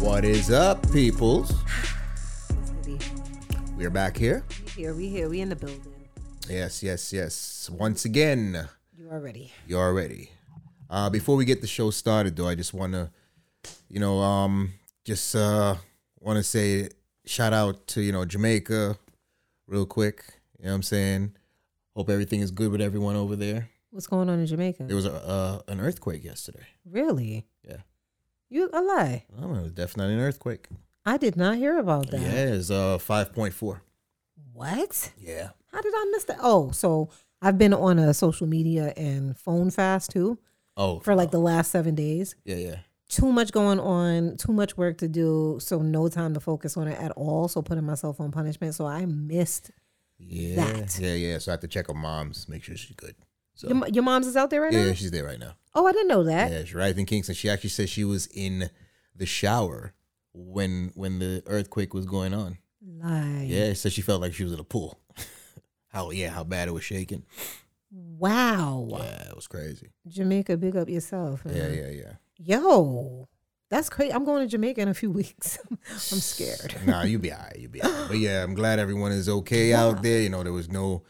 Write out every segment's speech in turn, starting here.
What is up, peoples? What's goody? We're back here. We here, we here, we in the building. Yes, yes, yes. Once again, You are ready. you're ready. Uh, before we get the show started, though, I just want to, you know, um, just uh, want to say shout out to you know Jamaica, real quick. You know what I'm saying? Hope everything is good with everyone over there. What's going on in Jamaica? There was a, uh, an earthquake yesterday. Really? Yeah. You a lie. I don't know, it was definitely an earthquake. I did not hear about that. Yeah, it's uh 5.4. What? Yeah. How did I miss that? Oh, so I've been on a social media and phone fast too Oh, for like the last seven days. yeah, yeah. Too much going on, too much work to do, so no time to focus on it at all. So putting myself on punishment. So I missed. Yeah. that. Yeah, yeah. So I have to check on mom's, make sure she's good. So Your, mo- your mom's is out there right yeah, now. she's there right now. Oh, I didn't know that. Yeah, she's right in Kingston. She actually said she was in the shower when when the earthquake was going on. Lie. Yeah, so she felt like she was in a pool. how yeah, how bad it was shaking. Wow. Uh-huh. Yeah, it was crazy. Jamaica, big up yourself. man. Yeah, yeah, yeah. Yo, that's crazy. I'm going to Jamaica in a few weeks. I'm scared. nah, you be all right. You be all right. But yeah, I'm glad everyone is okay out there. You know, there was no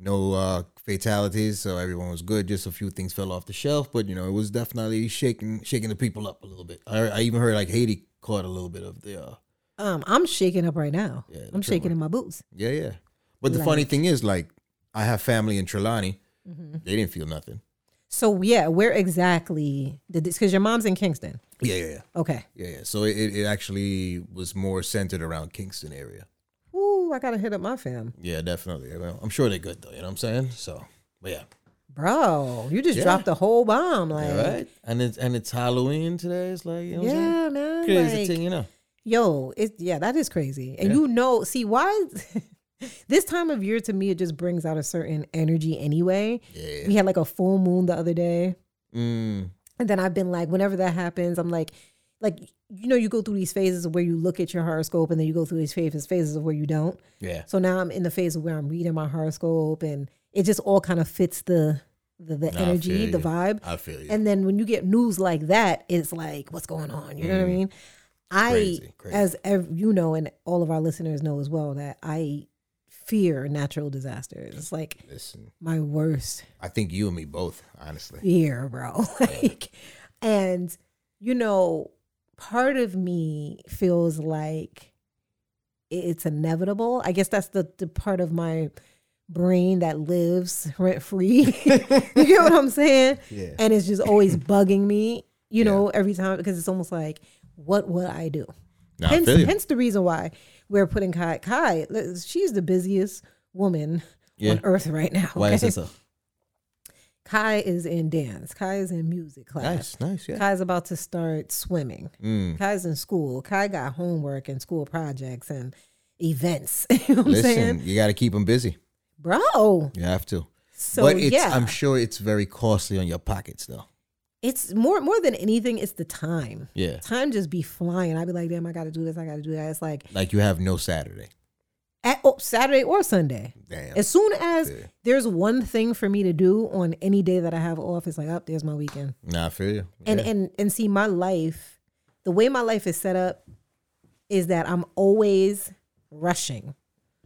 no uh fatalities, so everyone was good. Just a few things fell off the shelf, but you know, it was definitely shaking shaking the people up a little bit. I, I even heard like Haiti caught a little bit of the uh Um, I'm shaking up right now. Yeah, I'm shaking in my boots. yeah, yeah. But the funny thing is like I have family in Trelawny. They didn't feel nothing. So yeah, where exactly did this? Because your mom's in Kingston. Yeah, yeah, yeah. Okay. Yeah, yeah. So it, it actually was more centered around Kingston area. Ooh, I gotta hit up my fam, Yeah, definitely. Well, I'm sure they're good though, you know what I'm saying? So but yeah. bro. You just Yeah. dropped the whole bomb, like. All right. And it's and it's Halloween today. It's like you know what I'm Yeah, man. saying? crazy like, thing, you know. Yo, it's yeah, that is crazy. And you know, see why this time of year to me it just brings out a certain energy anyway. Yeah. We had like a full moon the other day. Mm, And then I've been like, whenever that happens, I'm like, like you know, you go through these phases of where you look at your horoscope, and then you go through these phases phases of where you don't. yeah. So now I'm in the phase of where I'm reading my horoscope, and it just all kind of fits the the, the I energy, feel the you. vibe. I feel you. And then when you get news like that, it's like, what's going on? You know what I mean? I, Mm. Crazy, crazy. as ev- you know, and all of our listeners know as well, that I fear natural disasters. It's like Listen, my worst I think you and me both, honestly. fear, bro. Like, and you know, part of me feels like i- it's inevitable. I guess that's the the part of my brain that lives rent free. you get what I'm saying? Yeah. And it's just always bugging me. Yeah. You know, every time because it's almost like, what would I do? Nah, I hence, feel you. hence the reason why we're putting Kai. Kai, li- she's the busiest woman Yeah. on earth right now. Why is okay? that so? Kai is in dance. Kai is in music Nice, class. nice, yeah. Kai's about to start swimming. Mm. Kai's in school. Kai got homework and school projects and events. you know what I'm Listen, saying? you got to keep them busy. Bro. You have to. So but it's, yeah, I'm sure it's very costly on your pockets, though. it's more more than anything, it's the time. Yeah. Time just be flying. I'd be like, damn, I gotta do this, I gotta do that. It's like Like you have no Saturday. at, oh, Saturday or Sunday. Damn. As soon as Yeah. there's one thing for me to do on any day that I have off, it's like, up, there's my weekend. nah, I feel you. and Yeah. and and see my life the way my life is set up is that i'm always rushing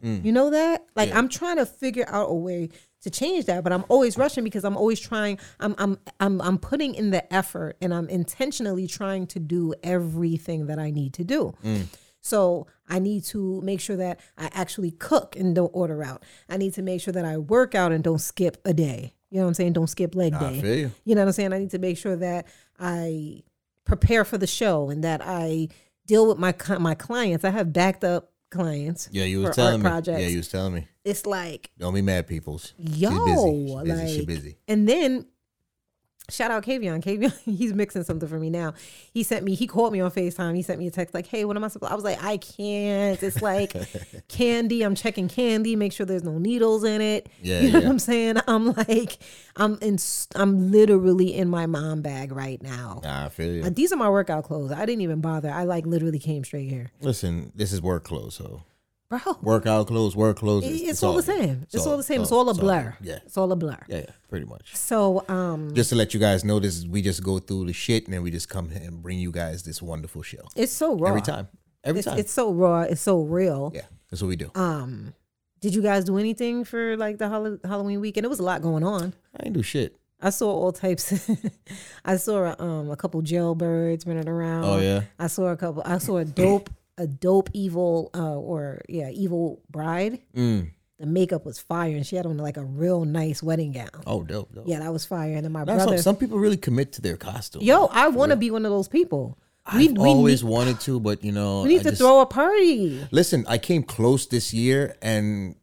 Mm. you know that like i'm trying to figure out a way to change that but i'm always rushing because i'm always trying i'm i'm i'm, I'm putting in the effort and i'm intentionally trying to do everything that i need to do Mm. so I need to make sure that I actually cook and don't order out. I need to make sure that I work out and don't skip a day. You know what I'm saying? Don't skip leg Nah, day. I feel you. You know what I'm saying? I need to make sure that I prepare for the show and that I deal with my cli- my clients. I have backed up clients. Yeah, you for was art telling me. projects. Yeah, you was telling me. It's like Don't be mad, peoples. yo, She's busy. She's busy. like, She's busy. and then. Shout out Kavion. Kavion, he's mixing something for me now. He sent me, he called me on FaceTime. He sent me a text like, hey, what am I supposed I was like, I can't. It's like candy. I'm checking candy, make sure there's no needles in it. Yeah, you know what yeah. I'm saying? I'm like, I'm in, s- I'm literally in my mom bag right now. Nah, I feel you. Uh, These are my workout clothes. I didn't even bother. I like literally came straight here. Listen, this is work clothes, so bro. Workout clothes, work clothes. It's, all the same. It's, all the same. It's all a blur. Yeah. It's all a blur. Yeah, yeah, pretty much. So um Just to let you guys know, this is, we just go through the shit and then we just come here and bring you guys this wonderful show it's so raw. every time. Every It's, time. it's so raw. It's so real. yeah, that's what we do. Um, did you guys do anything for like the Hall- Halloween weekend? It was a lot going on. I ain't do shit. I saw all types. I saw um a couple jailbirds running around. Oh, yeah? I saw a couple. I saw a dope, a dope evil, uh, or yeah, evil bride. Mm. The makeup was fire, and she had on like a real nice wedding gown. Oh, dope, dope. Yeah, that was fire. And then my Now, some, brother. some people really commit to their costume. Yo, I want to be one of those people. I've always need, wanted to, but you know, we need I to just- throw a party. Listen, I came close this year, and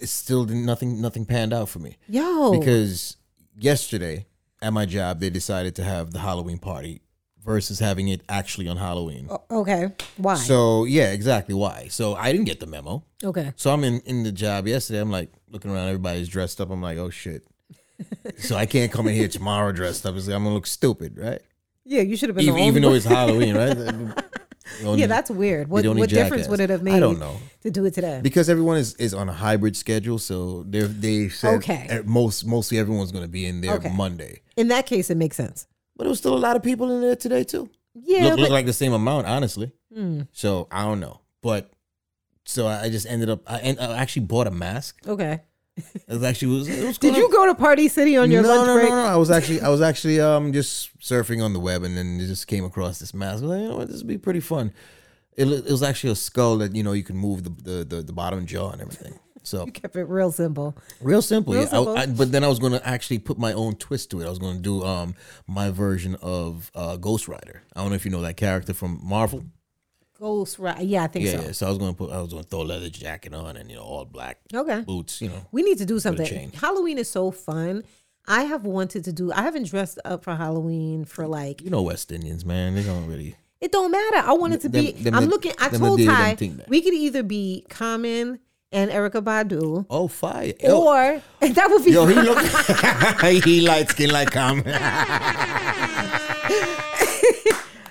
it still didn't, nothing nothing panned out for me Yo, because yesterday at my job they decided to have the Halloween party versus having it actually on Halloween. O- okay, why? So yeah, exactly why. So I didn't get the memo. okay, So I'm in in the job yesterday. I'm like looking around, everybody's dressed up. I'm like, oh shit. so I can't come in here tomorrow dressed up. It's like I'm gonna look stupid, right? yeah, you should have been the Even, only even one. though it's Halloween, right? Yeah, that's weird. What, the only what difference jackass. would it have made? I don't know. To do it today. because everyone is, is on a hybrid schedule, so they they said Okay. at most mostly everyone's going to be in there Okay. Monday. In that case, it makes sense. But there was still a lot of people in there today too. Yeah, look, but look like the same amount, honestly. Hmm, So I don't know, but so I I just ended up. I, and uh, I actually bought a mask. okay. It was actually it was, it was Did cool. you go to Party City on your no, lunch no, break? No, no, I was actually, I was actually um just surfing on the web, and then it just came across this mask. I was like, you know what, this would be pretty fun. It, lo- it was actually a skull that you know you can move the the, the, the bottom jaw and everything. So You kept it real simple. real simple, Real yeah. I- simple. I- but then I was gonna actually put my own twist to it. I was gonna do um my version of uh, Ghost Rider. I don't know if you know that character from Marvel. Ghost right? Yeah, I think Yeah, so. yeah. So I was gonna put, I was gonna throw a leather jacket on and you know all black Okay. boots. You know, We need to do something. chain. Halloween is so fun. I have wanted to do. I haven't dressed up for Halloween for like. you know West Indians, man. They don't really. It don't matter. I wanted to be. Them- them I'm that- looking. I them that told did them Ty thing that- we could either be Common and Erica Badu, Oh, fire! Yo, or that would be. Yo, he look he light skin like I'm.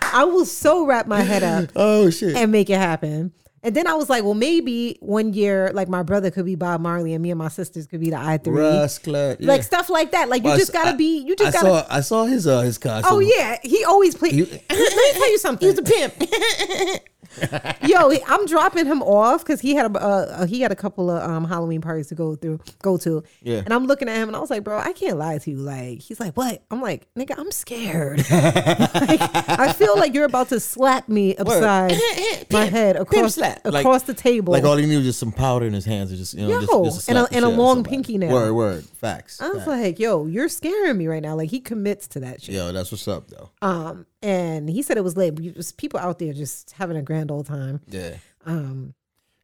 I will so wrap my head up. oh shit. and make it happen. And then I was like, well, maybe one year, like my brother could be Bob Marley and me and my sisters could be the I three, Rascal. Yeah. like stuff like that. Like you I s- just gotta I- be, you just I gotta. saw I saw his uh his costume. oh yeah, he always plays. You- Let me tell you something. He's a pimp. Yo, he- I'm dropping him off because he had a uh, he had a couple of um, Halloween parties to go through, go to. Yeah. And I'm looking at him and I was like, bro, I can't lie to you. Like he's like, what? I'm like, nigga, I'm scared. like, I feel like you're about to slap me upside my head across slap. Like- across the table. Like all he knew was just some powder in his hands, and just you know, just- Yo, just, and a- slap the shit and a out of long somebody. pinky nail. Word, word, facts. I was facts. like, yo, you're scaring me right now. Like he commits to that shit. Yo, that's what's up though. Um, and he said it was late. But there's people out there just having a grand old time. Yeah, Um,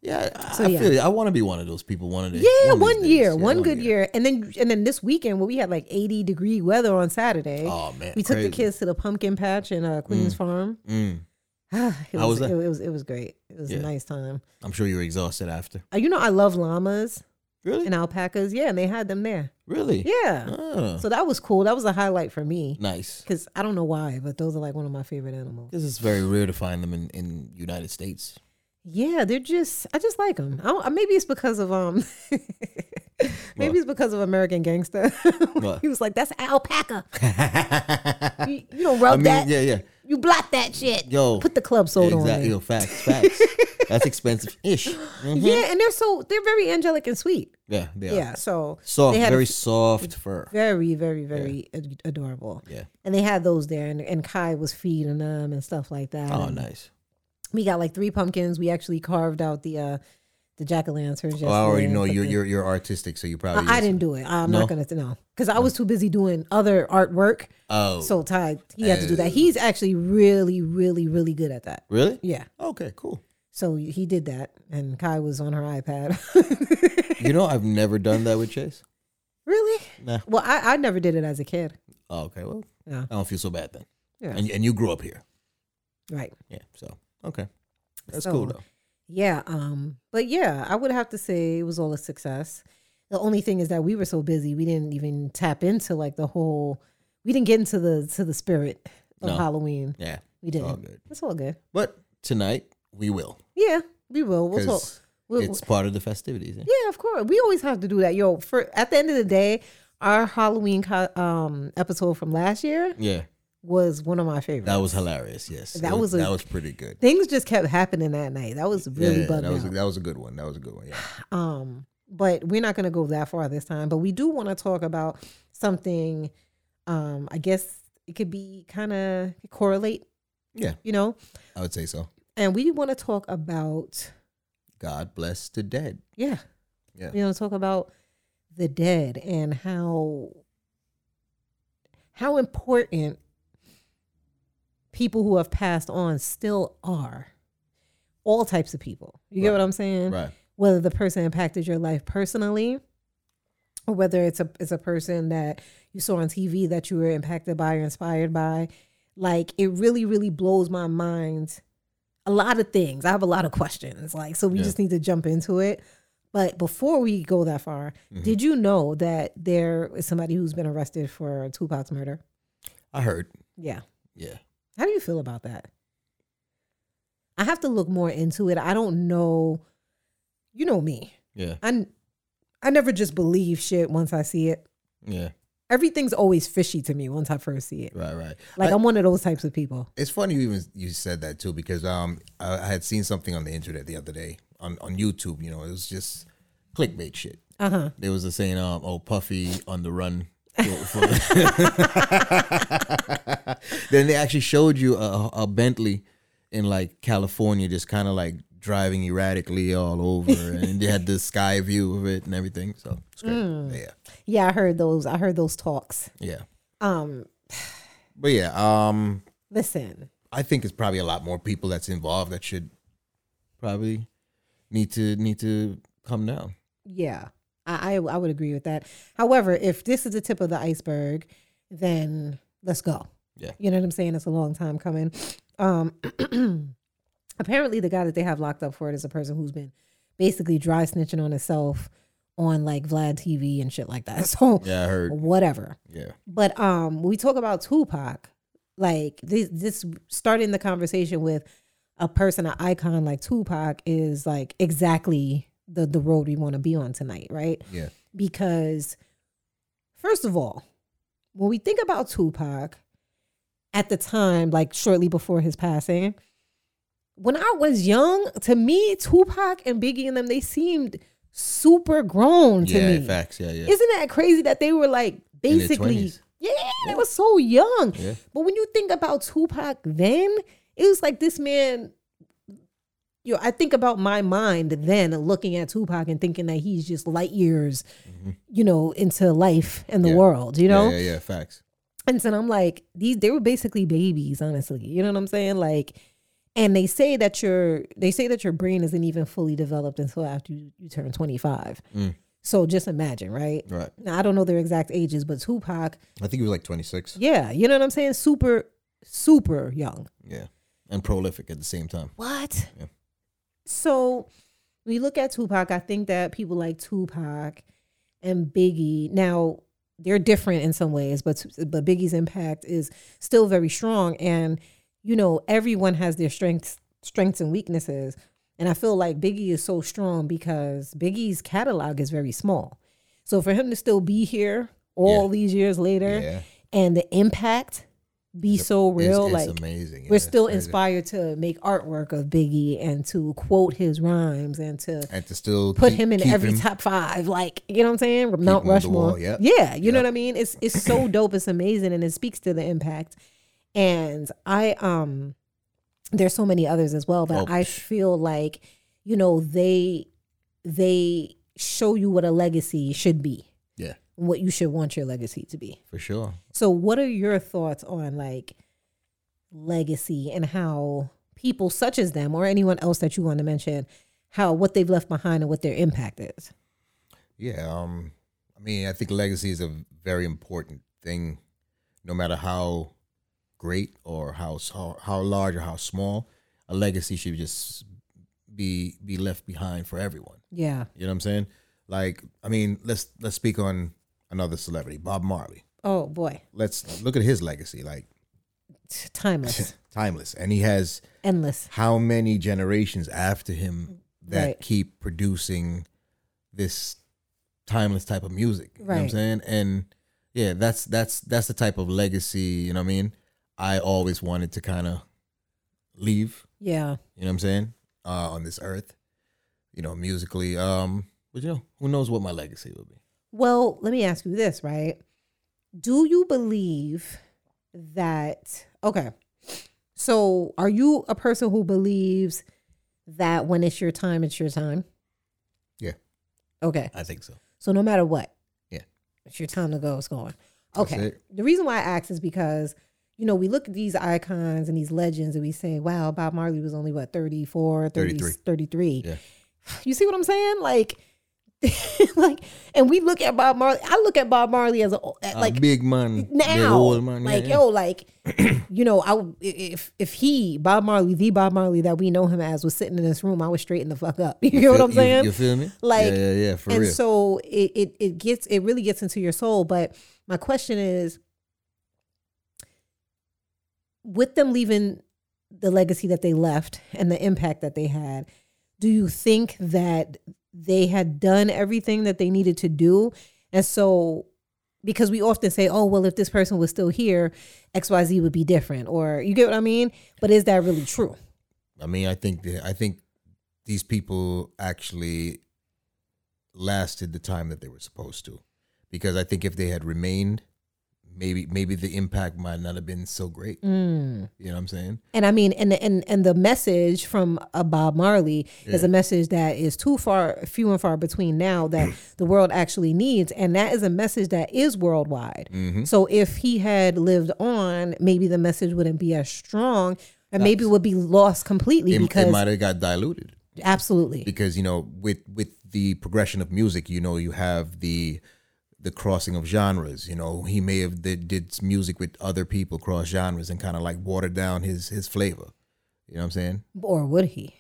yeah. I, So, I yeah. feel you. I want to be one of those people. One of the yeah, of one, these days. year, Yeah, one good year. and then and then this weekend where we had like 80 degree weather on Saturday. Oh man, we took crazy. the kids to the pumpkin patch in uh, Queens Farm. Mm. it How was was, that? It, was it was great. It was Yeah. a nice time. I'm sure you were exhausted after. Uh, you know, I love llamas Really, and alpacas. Yeah, and they had them there. really. Yeah, Ah, so that was cool. That was a highlight for me. nice. Cause I don't know why, but those are like one of my favorite animals. This is very rare to find them in in United States. Yeah, they're just I just like them. I don't, maybe it's because of um, maybe it's because of American Gangster. What? he was like, "That's alpaca. I You, you don't rub mean, that. yeah, yeah. You block that shit. Yo, Put the club soda on exactly. there." Yo, facts, facts. That's expensive ish. Yeah, and they're so they're very angelic and sweet. Yeah, they Yeah, are. so Soft, they had a very soft fur. very, very, very ad- adorable. Yeah. And they had those there, and, and Kai was feeding them and stuff like that. Oh, And nice. We got like three pumpkins. We actually carved out the uh the jack o' lanterns. Oh, I already know you're you're you're artistic, so you probably. I, I didn't do it. I'm No? not gonna no because I was too busy doing other artwork. Oh, So Ty, he had to Eh. do that. He's actually really, really, really good at that. really? Yeah. Okay, cool. So he did that, and Kai was on her iPad. You know, I've never done that with Chase. really? Nah. Well, I, I never did it as a kid. Oh, okay, well, Yeah. I don't feel so bad then. Yeah. And and you grew up here. Right. Yeah. So okay, that's So, cool though. Yeah. Um. But yeah, I would have to say it was all a success. The only thing is that we were so busy, we didn't even tap into like the whole. We didn't get into the to the spirit of No. Halloween. Yeah, We it's all didn't. good. It's all good. But tonight we will. Yeah, we will. We'll talk. 'cause We- it's part of the festivities. eh? Yeah. Yeah, of course. We always have to do that. Yo, for at the end of the day, our Halloween co- um episode from last year Yeah. was one of my favorites. That was hilarious. Yes, That It was a- that was pretty good. Things just kept happening that night. That was really yeah, bugging that was a, out. that was a good one. That was a good one. Yeah, um, but we're not going to go that far this time. But we do want to talk about something. Um, I guess it could be kind of correlate, yeah, you know. I would say so. And we want to talk about God bless the dead. yeah, Yeah. We want to talk about the dead and how how important people who have passed on still are. All types of people. You get Right. what I'm saying? Right. whether the person impacted your life personally or whether it's a it's a person that you saw on TV that you were impacted by or inspired by like it really really blows my mind a lot of things i have a lot of questions like so we Yeah. just need to jump into it but before we go that far did you know that there is somebody who's been arrested for Tupac's murder I heard. yeah Yeah. how do you feel about that? I have to look more into it. I don't know. You know me. Yeah. I I never just believe shit once I see it. Yeah. Everything's always fishy to me once I first see it. Right. Right. Like I- I, am one of those types of people. it's funny you even you said that too because um I, I had seen something on the internet the other day on on YouTube. You know, it was just clickbait shit. Uh huh. There was a saying, um, "Oh, Puffy on the run." for- for- then they actually showed you a, a Bentley in like California, just kind of like driving erratically all over, and they had the sky view of it and everything. So it's great. Yeah, Yeah, I heard those. I heard those talks. yeah. Um, But yeah, um, listen. I think it's probably a lot more people that's involved that should probably need to need to come down. Yeah, I I, I would agree with that. However, if this is the tip of the iceberg, then let's go. Yeah. You know what I'm saying? It's a long time coming. Um, apparently, the guy that they have locked up for it is a person who's been basically dry snitching on himself on like Vlad TV and shit like that. So, Yeah, I heard. whatever. Yeah, But um, when we talk about Tupac, like this, this starting the conversation with a person, an icon like Tupac is like exactly the the road we want to be on tonight, right? yeah, Because first of all, when we think about Tupac, at the time, like shortly before his passing, when I was young, to me, Tupac and Biggie and them, they seemed super grown to yeah. me. Facts. Yeah, yeah. Isn't that crazy that they were like their basically 20s. yeah, they were so young. Yeah. But when you think about Tupac then, it was like this man you know, I think about my mind then looking at Tupac and thinking that he's just light years, you know, into life and Mm-hmm. the Yeah. world, you know? yeah, yeah, yeah. Facts. And so I'm like, these they were basically babies, honestly. You know what I'm saying? Like, and they say that your they say that your brain isn't even fully developed until after you, you turn 25. Mm. So just imagine, right? Right. Now I don't know their exact ages, but Tupac, I think he was like 26. yeah, you know what I'm saying? Super, super young. Yeah. And prolific at the same time. What? Yeah. So when you look at Tupac, I think that people like Tupac and Biggie now they're different in some ways, but but Biggie's impact is still very strong, and you know everyone has their strengths strengths and weaknesses, and I feel like Biggie is so strong because Biggie's catalog is very small, so for him to still be here all Yeah. these years later Yeah. and the impact be so real, it's, like it's amazing. we're yeah, still it's crazy. inspired to make artwork of Biggie and to quote his rhymes and to And to still put keep- him in keep every him- top five. Like, you know what I'm saying? Mount him on the Rushmore. wall, yep. Yeah, you know Yep. what I mean? It's it's so dope. It's amazing and it speaks to the impact. And I um there's so many others as well, but Oh, I psh. feel like, you know, they they show you what a legacy should be, Yeah, what you should want your legacy to be. for sure. So, what are your thoughts on like legacy and how people such as them or anyone else that you want to mention, how what they've left behind and what their impact is? Yeah. Um, I mean, I think legacy is a very important thing, no matter how great or how s- how, how large or how small. A legacy should just be be left behind for everyone. Yeah. You know what I'm saying? Like, I mean, let's let's speak on another celebrity, Bob Marley. Oh boy, Let's look at his legacy, like T- timeless, timeless, and he has endless. how many generations after him that Right. keep producing this timeless type of music. You know what I'm Right. saying? And yeah, that's that's that's the type of legacy, you know what I mean? I always wanted to kind of leave, Yeah. you know what I'm saying? Uh on this earth, you know, musically. Um, but you know, who knows what my legacy will be. Well, let me ask you this, right? Do you believe that okay. So, are you a person who believes that when it's your time, it's your time? Yeah. Okay. I think so. So no matter what, Yeah. it's your time to go. It's going. That's Okay. it. The reason why I ask is because you know we look at these icons and these legends and we say, "Wow, Bob Marley was only what 34, 30, 33. 33. Yeah. You see what I'm saying? Like, like, and we look at Bob Marley. I look at Bob Marley as a at, A like big man, big now, old man, yeah, like yeah. yo, like you know, I would- if if he Bob Marley, the Bob Marley that we know him as, was sitting in this room, I would straighten the fuck up. You, know what I'm You- saying? You, feel me? Like, yeah, yeah, yeah, for and real. so it, it it gets it really gets into your soul but my question is with them leaving the legacy that they left and the impact that they had do you think that they had done everything that they needed to do and so because we often say oh well if this person was still here xyz would be different or you get what i mean but is that really true I mean, I think that- I think these people actually lasted the time that they were supposed to, because I think if they had remained, maybe maybe the impact might not have been so great. You know what I'm saying? And I mean, and the- and and the message from uh, Bob Marley is a message that is too far, few and far between now that the world actually needs, and that is a message that is worldwide. Mm-hmm. So if he had lived on, maybe the message wouldn't be as strong, and maybe it would be lost completely It, because it might have got diluted absolutely, because you know with with the progression of music, you know you have the the crossing of genres. You know he may have did, did music with other people cross genres and kind of like watered down his his flavor. You know what I'm saying? or would he?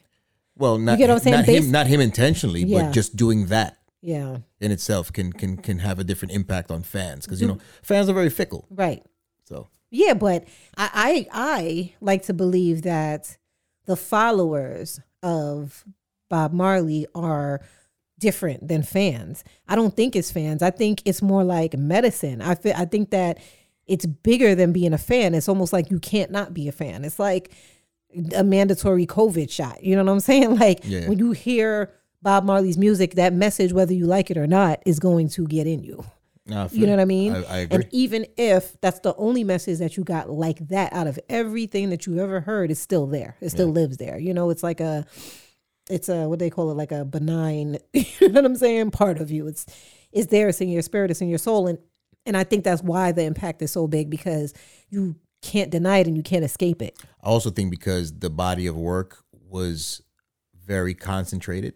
Well, not, get what I'm saying? not Bas- him, not him intentionally, Yeah. but just doing that Yeah, in itself can can can have a different impact on fans because you know fans are very fickle. right. So Yeah, but I, I I like to believe that the followers of Bob Marley are different than fans. I don't think it's fans. I think it's more like medicine. I feel, I think that it's bigger than being a fan. It's almost like you can't not be a fan. It's like a mandatory COVID shot. You know what I'm saying? Like Yeah. when you hear Bob Marley's music, that message, whether you like it or not, is going to get in you. nah, I feel- You know what I mean? I, I agree. And even if that's the only message that you got like that out of everything that you ever heard, it's still there. It still lives there. You know, it's like a, it's a what they call it, like a benign. You know what I'm saying? Part of you. It's, it's there. It's in your spirit. It's in your soul. And and I think that's why the impact is so big because you can't deny it and you can't escape it. I also think because the body of work was very concentrated,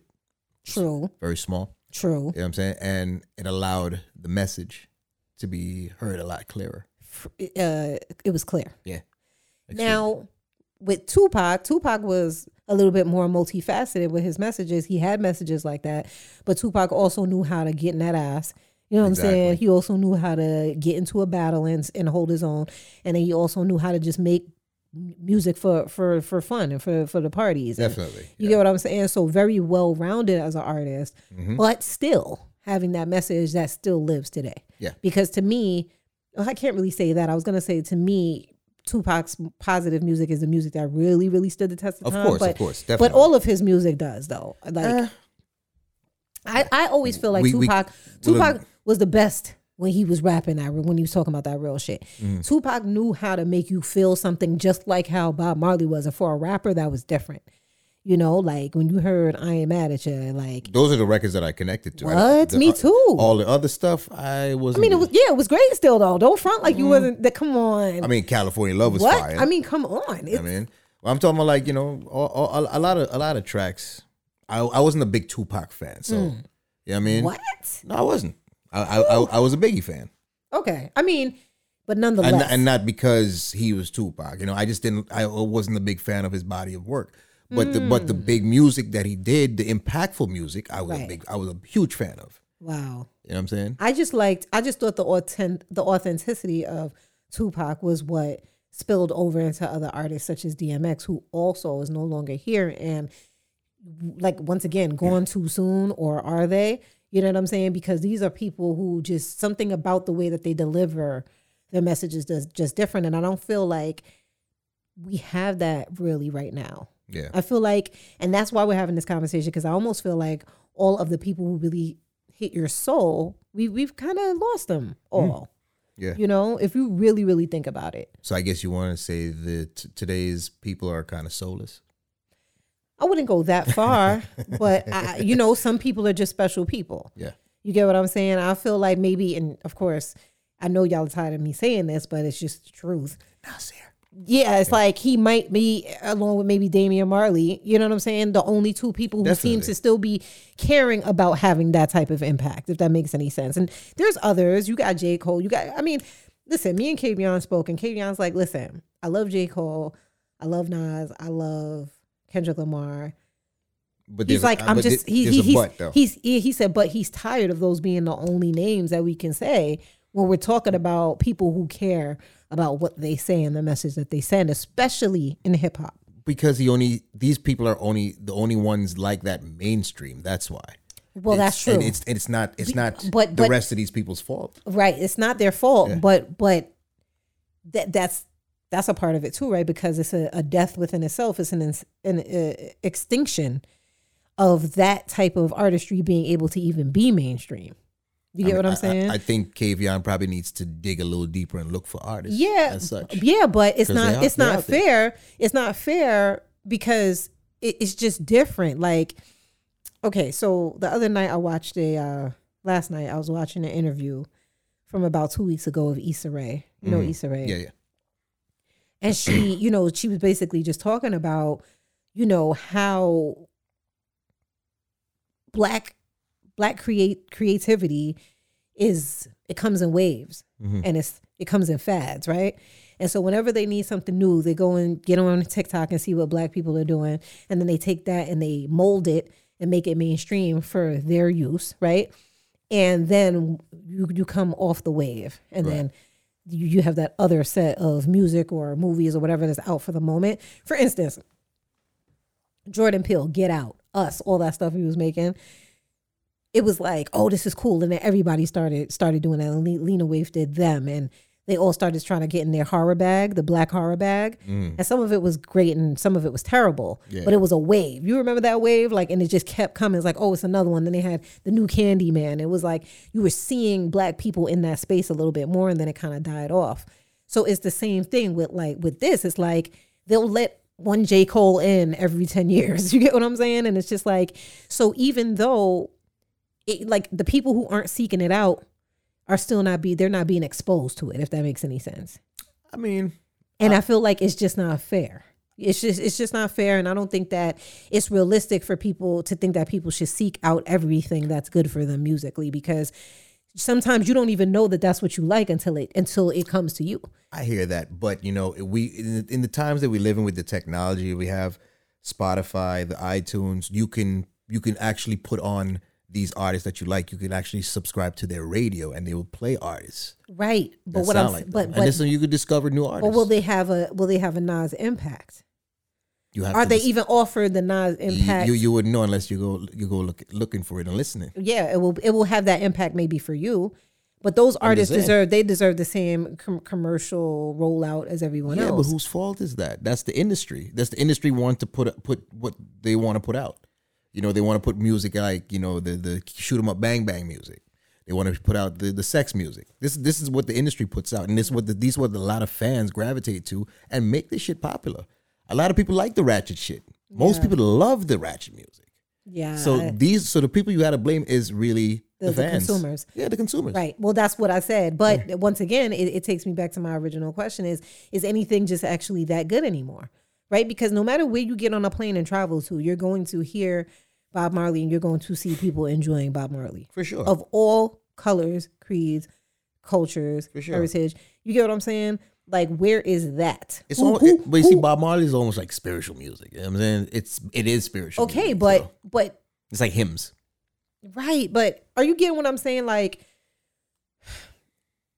True. very small. True. You know what I'm saying? And it allowed the message to be heard a lot clearer. F- Uh, it was clear. Yeah. Now, with Tupac, Tupac was a little bit more multifaceted with his messages. He had messages like that, but Tupac also knew how to get in that ass. You know what I'm saying? Exactly. He also knew how to get into a battle and and hold his own, and then he also knew how to just make m- music for for for fun and for for the parties. And Definitely. You get what I'm saying? So very well rounded as an artist, Mm-hmm. but still having that message that still lives today. Yeah. Because to me, well, I can't really say that. I was gonna say to me, Tupac's positive music is the music that really, really stood the test of, Of time. course, but, of course, But definitely. Eh. all of his music does though. Like I, I always feel like We- we- Tupac we'll- Tupac was the best when he was rapping that when he was talking about that real shit. Mm. Tupac knew how to make you feel something just like how Bob Marley was. And for a rapper that was different. You know, like when you heard I Am Mad at You, like Those are the records that I connected to. I- What? the- uh, Me too. All the other stuff, I wasn't. I mean it was yeah, it was great still though. Don't front like you wasn't that come on. Mm-hmm. I mean, California Love was what? fire. I mean, come on. It's I mean, well, I'm talking about like you know all, all, a lot of a lot of tracks. I I wasn't a big Tupac fan, so you know what I mean. Hmm. what? No, I wasn't. I I, I, I was a Biggie fan, Okay. I mean, but nonetheless. and and not because he was Tupac. You know, I just didn't. I wasn't a big fan of his body of work. But the but the big music that he did, the impactful music, I was Hmm. Right. a big, I was a huge fan of. wow. You know what I'm saying? I just liked. I just thought the authen- the authenticity of Tupac was what spilled over into other artists such as DMX, who also is no longer here, and like once again gone too soon or are they you know what i'm saying because these are people who just something about the way that they deliver their messages does just different and i don't feel like we have that really right now Yeah. i feel like and that's why we're having this conversation because i almost feel like all of the people who really hit your soul we, we've kind of lost them all Mm. Yeah. you know if you really really think about it So I guess you want to say that t- today's people are kind of soulless. I wouldn't go that far, but I, you know, some people are just special people. Yeah. You get what I'm saying? I feel like maybe, and of course, I know y'all are tired of me saying this, but it's just the truth. Yeah, it's like he might be, along with maybe Damian Marley, you know what I'm saying? The only two people who seem Definitely. to still be caring about having that type of impact, if that makes any sense. And there's others. You got J. Cole. You got, I mean, listen, me and Kavion spoke, and Kavion's like, listen, I love J. Cole. I love Nas. I love Kendrick Lamar But he's there's a- like, I'm but just there- he, there's he, a he's, but, though. he's he, he said, but he's tired of those being the only names that we can say when we're talking about people who care about what they say and the message that they send, especially in hip hop. because he only these people are only the only ones like that mainstream. That's why. Well, It's- that's true, And it's it's not it's not but- the but- rest of these people's fault. right? It's not their fault, Yeah. but but that that's that's a part of it too, right? Because it's a, a death within itself. It's an ins- an uh, extinction of that type of artistry being able to even be mainstream. You get what I'm I- I- saying? I, think Kavion probably needs to dig a little deeper and look for artists. yeah as such. yeah but 'Cause it's they not out- it's they not out there. fair it's not fair because it, it's just different like okay so the other night i watched a uh last night i was watching an interview from about two weeks ago of Issa Rae you know Issa Rae Mm. Yeah, yeah. and she you know she was basically just talking about you know how black black create creativity is it comes in waves and it's it comes in fads right and so whenever they need something new they go and get on tiktok and see what black people are doing and then they take that and they mold it and make it mainstream for their use right and then you you come off the wave and then you, you have that other set of music or movies or whatever that's out for the moment for instance jordan peele get out us all that stuff he was making it was like oh this is cool and then everybody started started doing that and Le- lena Waithe did them and they all started trying to get in their horror bag the black horror bag and some of it was great and some of it was terrible Yeah. but it was a wave you remember that wave like and it just kept coming it's like oh it's another one then they had the new candy man it was like you were seeing black people in that space a little bit more and then it kind of died off so it's the same thing with like with this it's like they'll let one j cole in every 10 years you get what i'm saying and it's just like so even though it, like the people who aren't seeking it out are still not be they're not being exposed to it if that makes any sense I mean, and i feel like it's just not fair it's just it's just not fair and i don't think that it's realistic for people to think that people should seek out everything that's good for them musically because sometimes you don't even know that that's what you like until it until it comes to you I hear that, but you know, we in the, in the times that we live in with the technology we have, Spotify, the iTunes, you can you can actually put on these artists that you like. You can actually subscribe to their radio, and they will play artists. right but that what i'm sound like them. but and but, this one you could discover new artists. but will they have a will they have a nas impact you have are to they dis- even offered the nas you- impact You, you wouldn't know unless you go you go look, looking for it and listening. yeah, it will it will have that impact maybe for you, but those artists saying. deserve they deserve the same com- commercial rollout as everyone Yeah, but else. whose fault is that? That's the industry. That's the industry want to put put what they want to put out. You know, they want to put music like you know the the shoot 'em up bang bang music. They want to put out the, the sex music. This this is what the industry puts out, and this is what the, these what a lot of fans gravitate to and make this shit popular. A lot of people like the ratchet shit. Most people love the ratchet music. yeah, So these so the people you got to blame is really the, Uh, The- the fans, consumers. Yeah, the consumers. right. Well, that's what I said, but once again, it, it takes me back to my original question: is is anything just actually that good anymore? Right? Because no matter where you get on a plane and travel to, you're going to hear Bob Marley, and you're going to see people enjoying Bob Marley. for sure. of all colors, creeds, cultures, For sure. heritage. You get what I'm saying? Like, where is that? It's Who- all, who- but you see, who- Bob Marley is almost like spiritual music. You know what I'm saying it's it is spiritual. okay, music, but Mm, so. but it's like hymns. right, but are you getting what I'm saying? Like,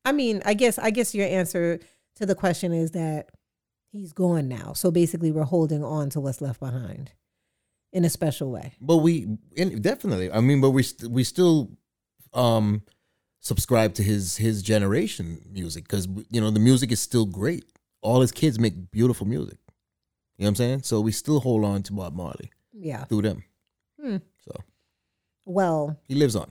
I mean, I guess I guess your answer to the question is that he's gone now. So basically, we're holding on to what's left behind. in a special way. But we and definitely. I mean, but we st- we still um subscribe to his his generation music because you know the music is still great. All his kids make beautiful music. You know what I'm saying? So we still hold on to Bob Marley Yeah. through them. Hmm. So Well, he lives on.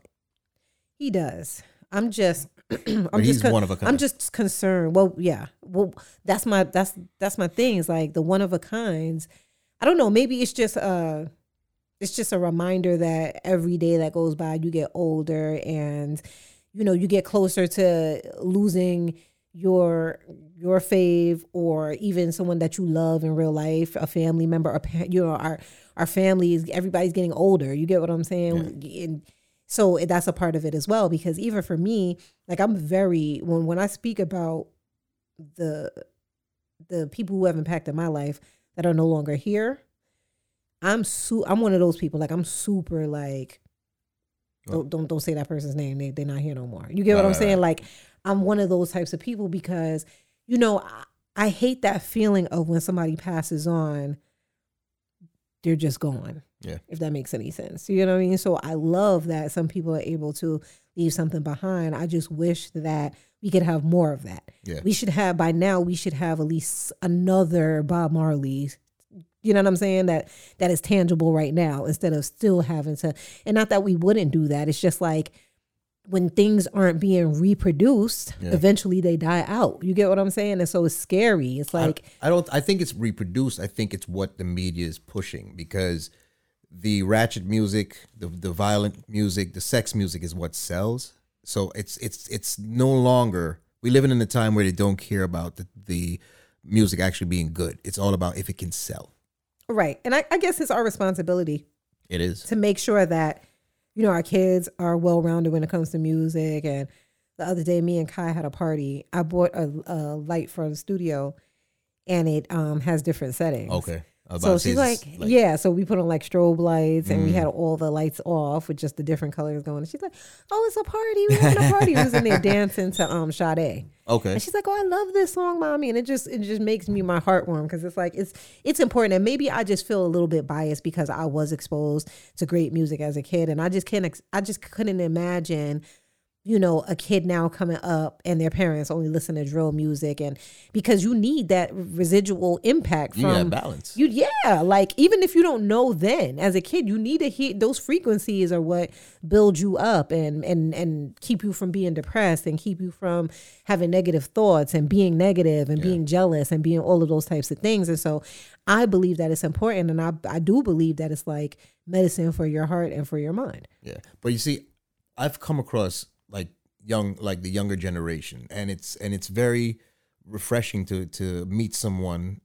he does. I'm just I'm But just he's one of a I'm kind. just concerned. Well, yeah. Well, that's my that's that's my thing. Is like the one of a kinds. I don't know. Maybe it's just uh it's just a reminder that every day that goes by, you get older, and you know you get closer to losing your your fave or even someone that you love in real life, a family member, a parent. You know, our our families. Everybody's getting older. You get what I'm saying? And so it- that's a part of it as well because even for me like i'm very when when i speak about the the people who have impacted my life that are no longer here i'm su- i'm one of those people like i'm super like don't don't, don't say that person's name they, they're not here no more you get what Right, i'm right, saying like i'm one of those types of people because you know I, I hate that feeling of when somebody passes on they're just gone Yeah. if that makes any sense. You know what I mean? So I love that some people are able to leave something behind. I just wish that we could have more of that. Yeah. We should have by now we should have at least another Bob Marley. You know what I'm saying? That that is tangible right now instead of still having to and not that we wouldn't do that. It's just like when things aren't being reproduced, Yeah. eventually they die out. You get what I'm saying? And so it's scary. It's like I don't. I think it's reproduced. I think it's what the media is pushing because the ratchet music, the the violent music, the sex music is what sells. So it's it's it's no longer. We living in a time where they don't care about the, the music actually being good. It's all about if it can sell. right. And I, I guess it's our responsibility It is. to make sure that you know our kids are well rounded when it comes to music. And the other day, me and Kai had a party. I bought a, a light from the studio, and it um, has different settings. Okay. I was about Mm. So to say she's like, it's yeah. So we put on like strobe lights, and we had all the lights off with just the different colors going. And she's like, "Oh, it's a party! We're having a party!" We was in there dancing to um Sade. Okay. And she's like, "Oh, I love this song, mommy," and it just it just makes me my heart warm because it's like it's it's important, and maybe I just feel a little bit biased because I was exposed to great music as a kid, and I just can't ex- I just couldn't imagine, you know, a kid now coming up and their parents only listen to drill music, and because you need that residual impact You got from balance. you yeah, like even if you don't know then as a kid, you need to hear those frequencies are what build you up and and and keep you from being depressed and keep you from having negative thoughts and being negative and being jealous and being all of those types of things. And so I believe that it's important and I I do believe that it's like medicine for your heart and for your mind. Yeah, but you see, I've come across like young, like the younger generation, and it's and it's very refreshing to to meet someone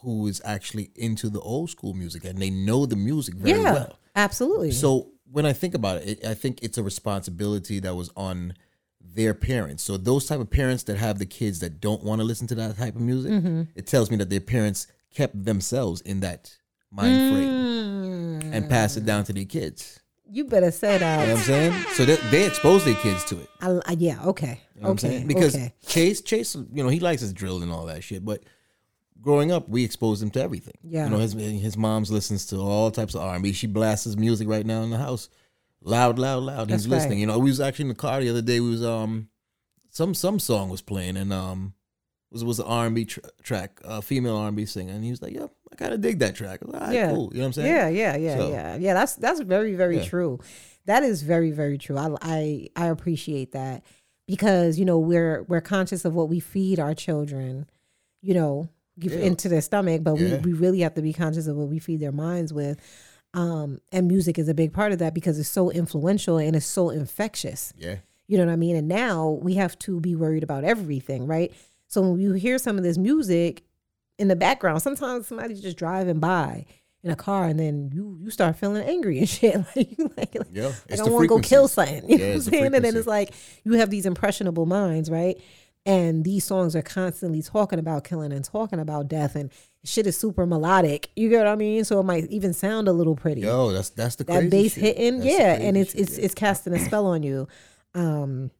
who is actually into the old school music and they know the music very yeah. well. Absolutely. So when I think about it, it, I think it's a responsibility that was on their parents. So those type of parents that have the kids that don't want to listen to that type of music, Mm-hmm. it tells me that their parents kept themselves in that mind frame Mm, and passed it down to their kids. you better say You know that. what I'm saying? So they, they expose their kids to it. I, I, yeah, okay. You know what I'm okay. saying? Because okay. Chase, Chase, you know, he likes his drill and all that shit, but growing up, we exposed him to everything. Yeah. You know, his his mom's listens to all types of R&B. She blasts his music right now in the house. Loud, loud, loud. He's That's listening. right. You know, we was actually in the car the other day. We was um some some song was playing and um was was an R&B tr- track, a female R&B singer, and he was like, "Yep, I kind of dig that track." I was like, all right, Yeah. cool. You know what I'm saying? Yeah, yeah, yeah, So- yeah, yeah. That's that's very, very Yeah. true. That is very, very true. I, I I appreciate that because you know we're we're conscious of what we feed our children, you know, give Yeah. into their stomach, but Yeah. we, we really have to be conscious of what we feed their minds with. Um, and music is a big part of that because it's so influential and it's so infectious. Yeah. You know what I mean? And now we have to be worried about everything, right? So when you hear some of this music in the background, sometimes somebody's just driving by in a car and then you you start feeling angry and shit. like you like, like, Yeah. like It's I the want to go kill frequencies. something. You Yeah, know what I'm it's the saying? And then it's frequency. like you have these impressionable minds, right? And these songs are constantly talking about killing and talking about death and shit is super melodic. You get what I mean? So it might even sound a little pretty Yo, that's that's the that crazy bass shit. hitting, That's the yeah, crazy and it's shit, it's yeah. it's casting a spell on you. Um,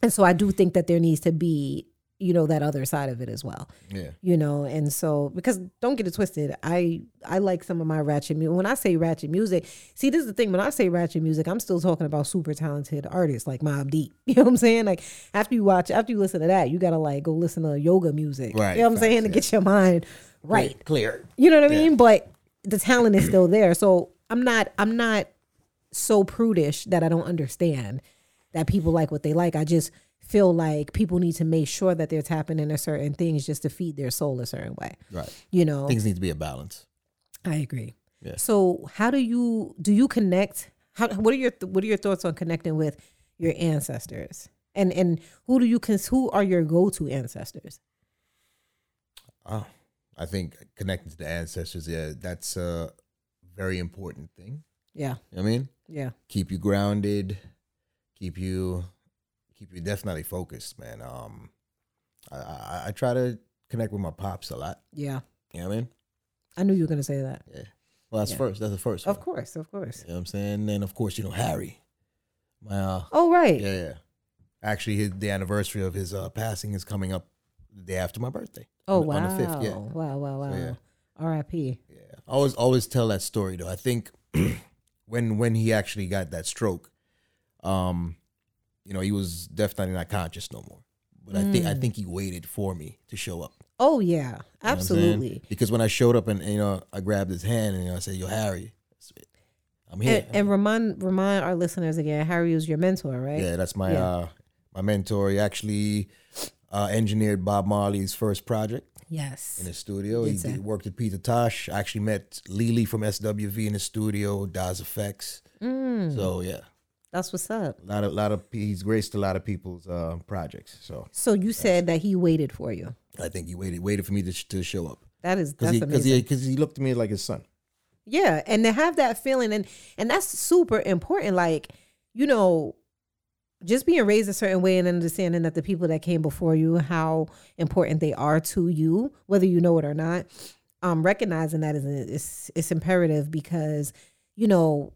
and so I do think that there needs to be, you know that other side of it as well Yeah. you know and so because don't get it twisted i i like some of my ratchet music when i say ratchet music see this is the thing when i say ratchet music i'm still talking about super talented artists like mob deep you know what i'm saying like after you watch after you listen to that you gotta like go listen to yoga music Right, you know what i'm facts, saying to yeah. get your mind right Clear. you know what i mean but the talent is still there so i'm not i'm not so prudish that i don't understand that people like what they like i just feel like people need to make sure that they're tapping into certain things just to feed their soul a certain way Right. you know Things need to be a balance. i agree Yeah. so how do you do you connect how, what are your what are your thoughts on connecting with your ancestors and and who do you cons- who are your go-to ancestors Oh, I think connecting to the ancestors, yeah, that's a very important thing. yeah You know what I mean, yeah keep you grounded, keep you, keep you definitely focused, man. Um, I, I, I try to connect with my pops a lot. yeah You know what I mean? i knew you were gonna say that Yeah. Well, that's Yeah. first. That's the first. of one. course of course You know what I'm saying? Then of course you know Harry, my uh, oh right yeah, yeah. Actually, his, the anniversary of his uh, passing is coming up the day after my birthday. Oh on, wow! On the fifth, yeah. Wow! Wow! Wow! yeah. R.I.P. Yeah. I always always tell that story though. I think when when he actually got that stroke, um, you know, he was definitely not conscious no more. But I think I think he waited for me to show up. Oh yeah, you know what I'm saying? absolutely. Because when I showed up and, and, you know, I grabbed his hand and you know, I said, Yo, Harry, I'm here. And, and remind remind our listeners again, Harry was your mentor, right? yeah, that's my eh. Yeah. uh my mentor. He actually uh, engineered Bob Marley's first project. in Yes. the studio. Did He so. did, worked with Peter Tosh. I actually met Lily from SWV in the studio, Daz Effects. Mm, So yeah, that's what's up. a lot of lot of pe- he's graced a lot of people's uh, projects. So So you said that he waited for you. I think he waited waited for me to, sh- to show up That is because that's he because amazing. he, 'cause he looked at me like his son. yeah, and to have that feeling and and that's super important. Like you know, just being raised a certain way and understanding that the people that came before you, how important they are to you, whether you know it or not, um, recognizing that is it's it's imperative because you know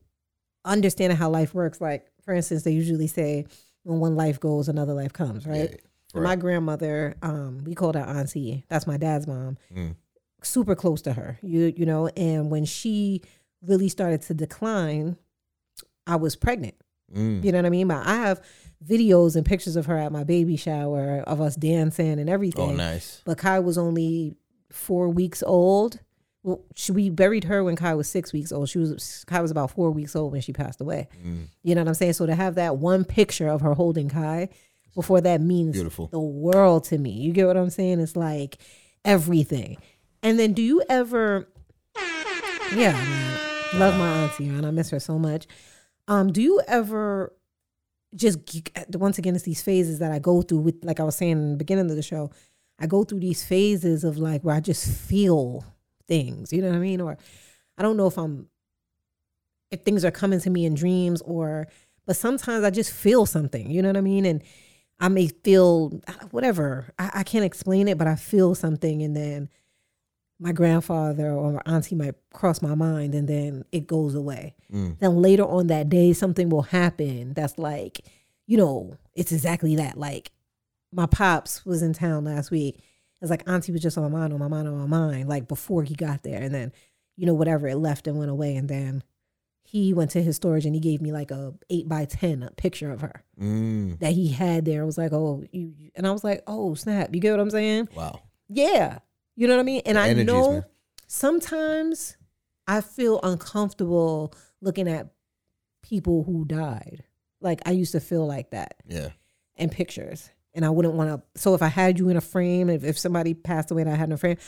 understanding how life works. Like for instance, they usually say when one life goes, another life comes, right? Yeah, My right. grandmother, um, we called her auntie. That's my dad's mom Mm. super close to her you you know and when she really started to decline i was pregnant Mm. you know what i mean my, i have videos and pictures of her at my baby shower of us dancing and everything Oh, nice. but kai was only four weeks old well, she, we buried her when kai was six weeks old she was kai was about four weeks old when she passed away Mm. you know what i'm saying so to have that one picture of her holding kai before that means Beautiful. the world to me. You get what I'm saying? It's like everything. And then do you ever Yeah, man. love my auntie, man. I miss her so much. Um, do you ever just geek- once again it's these phases that I go through with like I was saying in the beginning of the show, I go through these phases of like where I just feel things, you know what I mean? Or I don't know if I'm if things are coming to me in dreams or but sometimes I just feel something, you know what I mean? And I may feel uh, whatever. I, I can't explain it, but I feel something, and then my grandfather or my auntie might cross my mind, and then it goes away. Mm. Then later on that day, something will happen that's like, you know, it's exactly that. Like, my pops was in town last week. It's like auntie was just on my mind, on my mind, on my mind, like before he got there, and then you know whatever it left and went away, and then he went to his storage and he gave me like a eight by ten picture of her Mm. that he had there. I was like, oh, you, and I was like, oh, snap. You get what I'm saying? Wow. Yeah. You know what I mean? And The I energies, know man. sometimes I feel uncomfortable looking at people who died. Like I used to feel like that Yeah. and pictures. And I wouldn't want to. So if I had you in a frame, if, if somebody passed away and I had in a frame,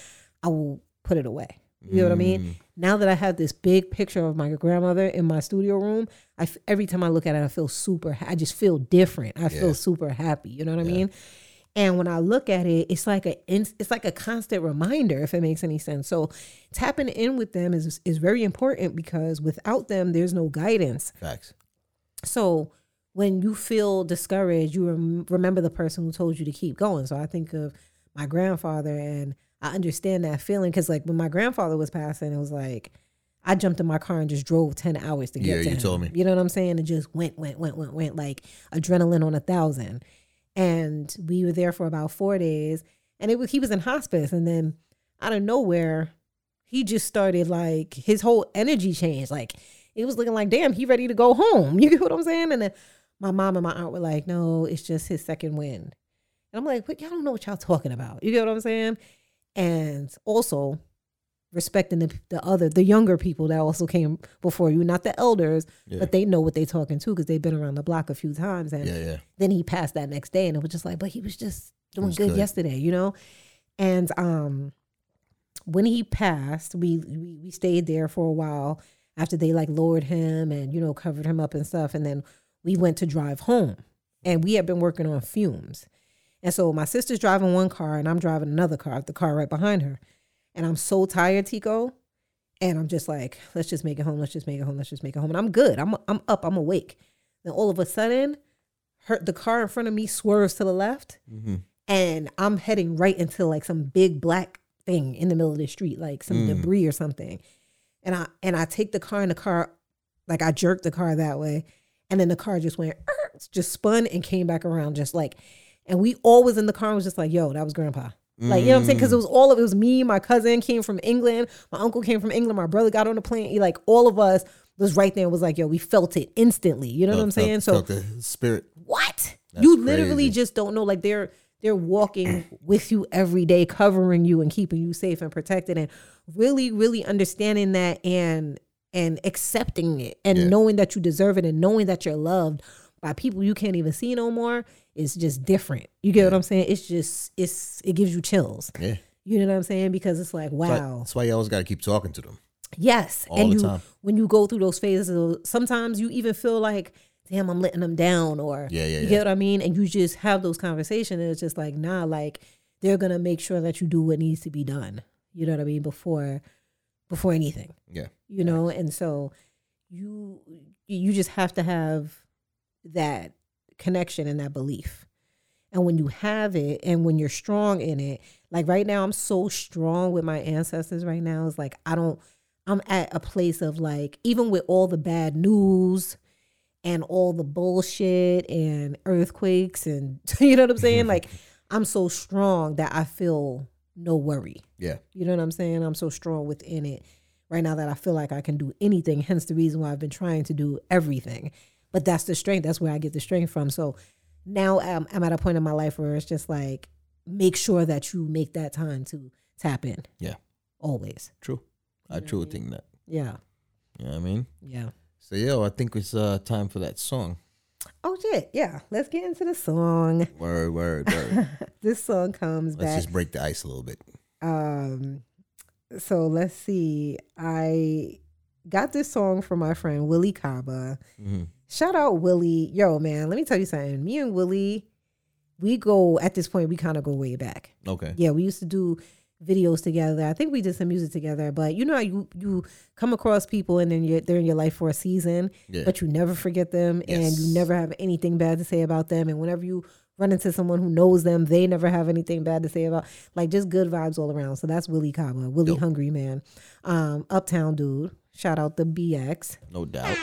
I will put it away. You know what I Mm, mean? Now that I have this big picture of my grandmother in my studio room, I f- every time I look at it, I feel super. ha- I just feel different. I Yeah. feel super happy. You know what I Yeah. mean? And when I look at it, it's like a ins- it's like a constant reminder, if it makes any sense. So tapping in with them is is very important because without them, there's no guidance. Facts. So when you feel discouraged, you rem- remember the person who told you to keep going. So I think of my grandfather and I understand that feeling because like when my grandfather was passing, it was like I jumped in my car and just drove 10 hours to get Yeah, to you him. told me. You know what I'm saying? It just went, went, went, went, went like adrenaline on a thousand. and we were there for about four days. And it was he was in hospice, and then out of nowhere, he just started like his whole energy changed. Like it was looking like, damn, he ready to go home. You get what I'm saying? And then my mom and my aunt were like, no, it's just his second wind. And I'm like, but y'all don't know what y'all talking about. You get what I'm saying? And also respecting the, the other, the younger people that also came before you, not the elders, Yeah. but they know what they talking to because they've been around the block a few times. And Yeah, yeah. then he passed that next day and it was just like but he was just doing was good, good. yesterday you know and um when he passed we, we we stayed there for a while after they like lowered him and you know covered him up and stuff and then we went to drive home and we had been working on fumes and so my sister's driving one car and i'm driving another car the car right behind her and i'm so tired tico and i'm just like let's just make it home let's just make it home let's just make it home and i'm good i'm, I'm up i'm awake then all of a sudden her the car in front of me swerves to the left Mhm. and I'm heading right into like some big black thing in the middle of the street, like some Mm. debris or something. And I and I take the car and the car like I jerked the car that way. And then the car just went "Er," just spun and came back around just like and we all was in the car and was just like, yo, that was grandpa. Like, you know what I'm saying? Mm. Because it was all of it was me, my cousin came from England, my uncle came from England, my brother got on the plane. He, like all of us was right there and was like, yo, we felt it instantly. You know what I'm Felt- saying? felt- So felt the spirit. what you literally crazy. just don't know like they're they're walking with you every day covering you and keeping you safe and protected and really really understanding that and and accepting it and Yeah. knowing that you deserve it and knowing that you're loved by people you can't even see no more is just different you get what i'm saying it's just it's it gives you chills Yeah. you know what i'm saying because it's like That's why- wow That's why you always got to keep talking to them. Yes, All and the you time. when you go through those phases, of- sometimes you even feel like, damn, I'm letting them down, or Yeah, yeah, you yeah. get what I mean. And you just have those conversations, and it's just like, nah, like they're gonna make sure that you do what needs to be done. You know what I mean before before anything, Yeah. you know. And so you you just have to have that connection and that belief. And when you have it and when you're strong in it, like right now, I'm so strong with my ancestors right now. It's like I don't, I'm at a place of like, even with all the bad news and all the bullshit and earthquakes and you know what I'm saying? like, I'm so strong that I feel no worry. Yeah. You know what I'm saying? I'm so strong within it right now that I feel like I can do anything. Hence the reason why I've been trying to do everything. But that's the strength. That's where I get the strength from. So now I'm, I'm at a point in my life where it's just like, make sure that you make that time to tap in. Yeah. Always. True. I truly think that. Yeah. You know what I mean? Yeah. So, yo, I think it's uh, time for that song. Oh, shit. Yeah. Let's get into the song. Word, word, word. This song comes Let's back. just break the ice a little bit. Um, so let's see. I got this song from my friend Willie Kaba. Mhm. Shout out Willie. Yo, man, let me tell you something. Me and Willie, we go at this point, we kind of go way back. Okay. Yeah, we used to do videos together. I think we did some music together, but you know how you, you come across people and then you're, they're in your life for a season, Yeah. but you never forget them and Yes. you never have anything bad to say about them. And whenever you run into someone who knows them, they never have anything bad to say about like just good vibes all around. So that's Willie Kaba, Willie Dope. Hungry Man, um, Uptown Dude. Shout out the BX. No doubt.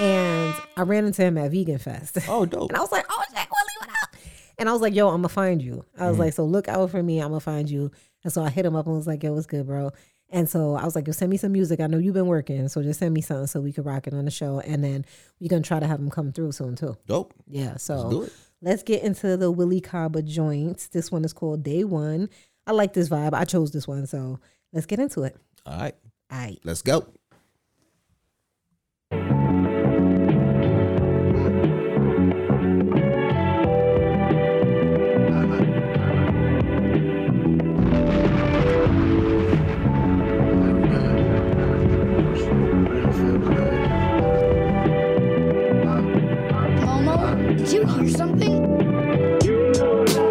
And I ran into him at Vegan Fest. Oh, dope. And I was like, oh, Jack Willie, what up? And I was like, yo, I'm going to find you. I Mm-hmm. was like, so look out for me. I'm going to find you. And so I hit him up and was like, yo, what's good, bro? And so I was like, yo, send me some music. I know you've been working. So just send me something so we could rock it on the show. And then we're going to try to have him come through soon, too. Dope. Yeah. So Let's do it. Let's get into the Willie Caba joints. This one is called Day One. I like this vibe. I chose this one. So let's get into it. All right. All right. Let's go. Momo, did you hear something? Uh,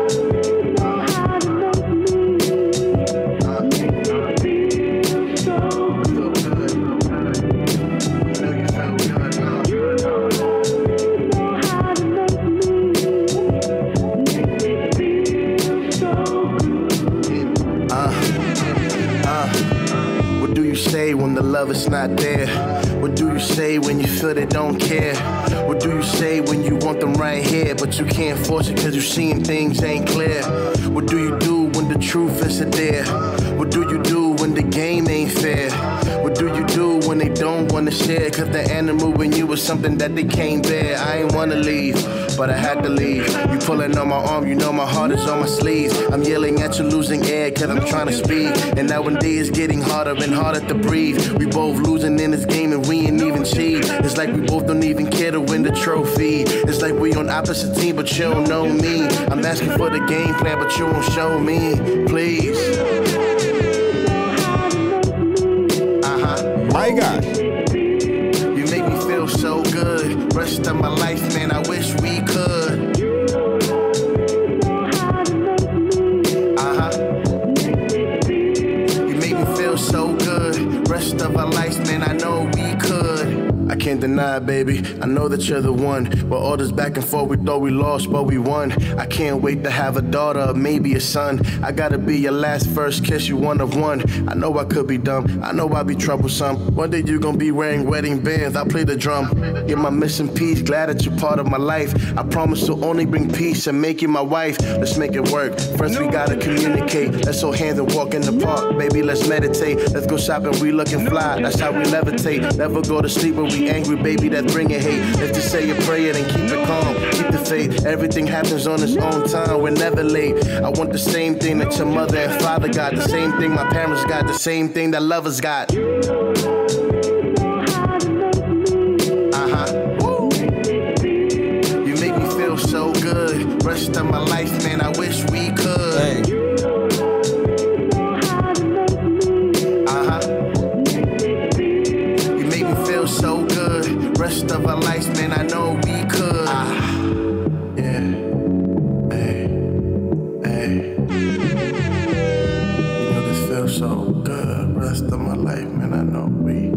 What do you say when the love is not there? What do you say when you feel they don't care? What do you say when you want them right here, but you can't force it because you seeing things ain't clear? What do you do when the truth isn't there? What do you do when the game ain't fair? What do you do when they don't want to share? Cause the animal in you is something that they can't bear. I ain't wanna leave, but I had to leave. You pulling on my arm, you know my heart is on my sleeve. I'm yelling at you, losing air, cause I'm trying to speak. And now and day it's getting harder and harder to breathe. We both losing in this game and we ain't even cheat. It's like we both don't even care to win the trophy. It's like we on opposite team, but you don't know me. I'm asking for the game plan, but you won't show me. Please. Uh-huh. My God. You make me feel so good. Rest of my life, man, I wish we could. Uh-huh. You make me feel so good. Rest of our lives, man, I know we could. I can't deny, it, baby. I know that you're the one. But all this back and forth, we thought we lost, but we won. I can't wait to have a daughter, or maybe a son. I gotta be your last first kiss, you one of one. I know I could be dumb. I know I be troublesome. One day you gonna be wearing wedding bands. I play the drum. You're my missing piece. Glad that you're part of my life. I promise to only bring peace and make you my wife. Let's make it work. First, we gotta communicate. Let's hold hands and walk in the park. Baby, let's meditate. Let's go shopping. We looking fly. That's how we levitate. Never go to sleep when we angry, baby. That's bringing hate. Let's just say a prayer and keep it calm. Keep the faith. Everything happens on its own time. We're never late. I want the same thing that your mother and father got. The same thing my parents got. The same thing that lovers got. Uh huh. Uh-huh. You make me feel so good. Rest of my life, man. I wish we could. Hey. Uh-huh. You make me feel so good. Rest of our lives, man, I know we could. Ah, yeah. Hey, hey. You know this feels so good. Rest of my life, man, I know we.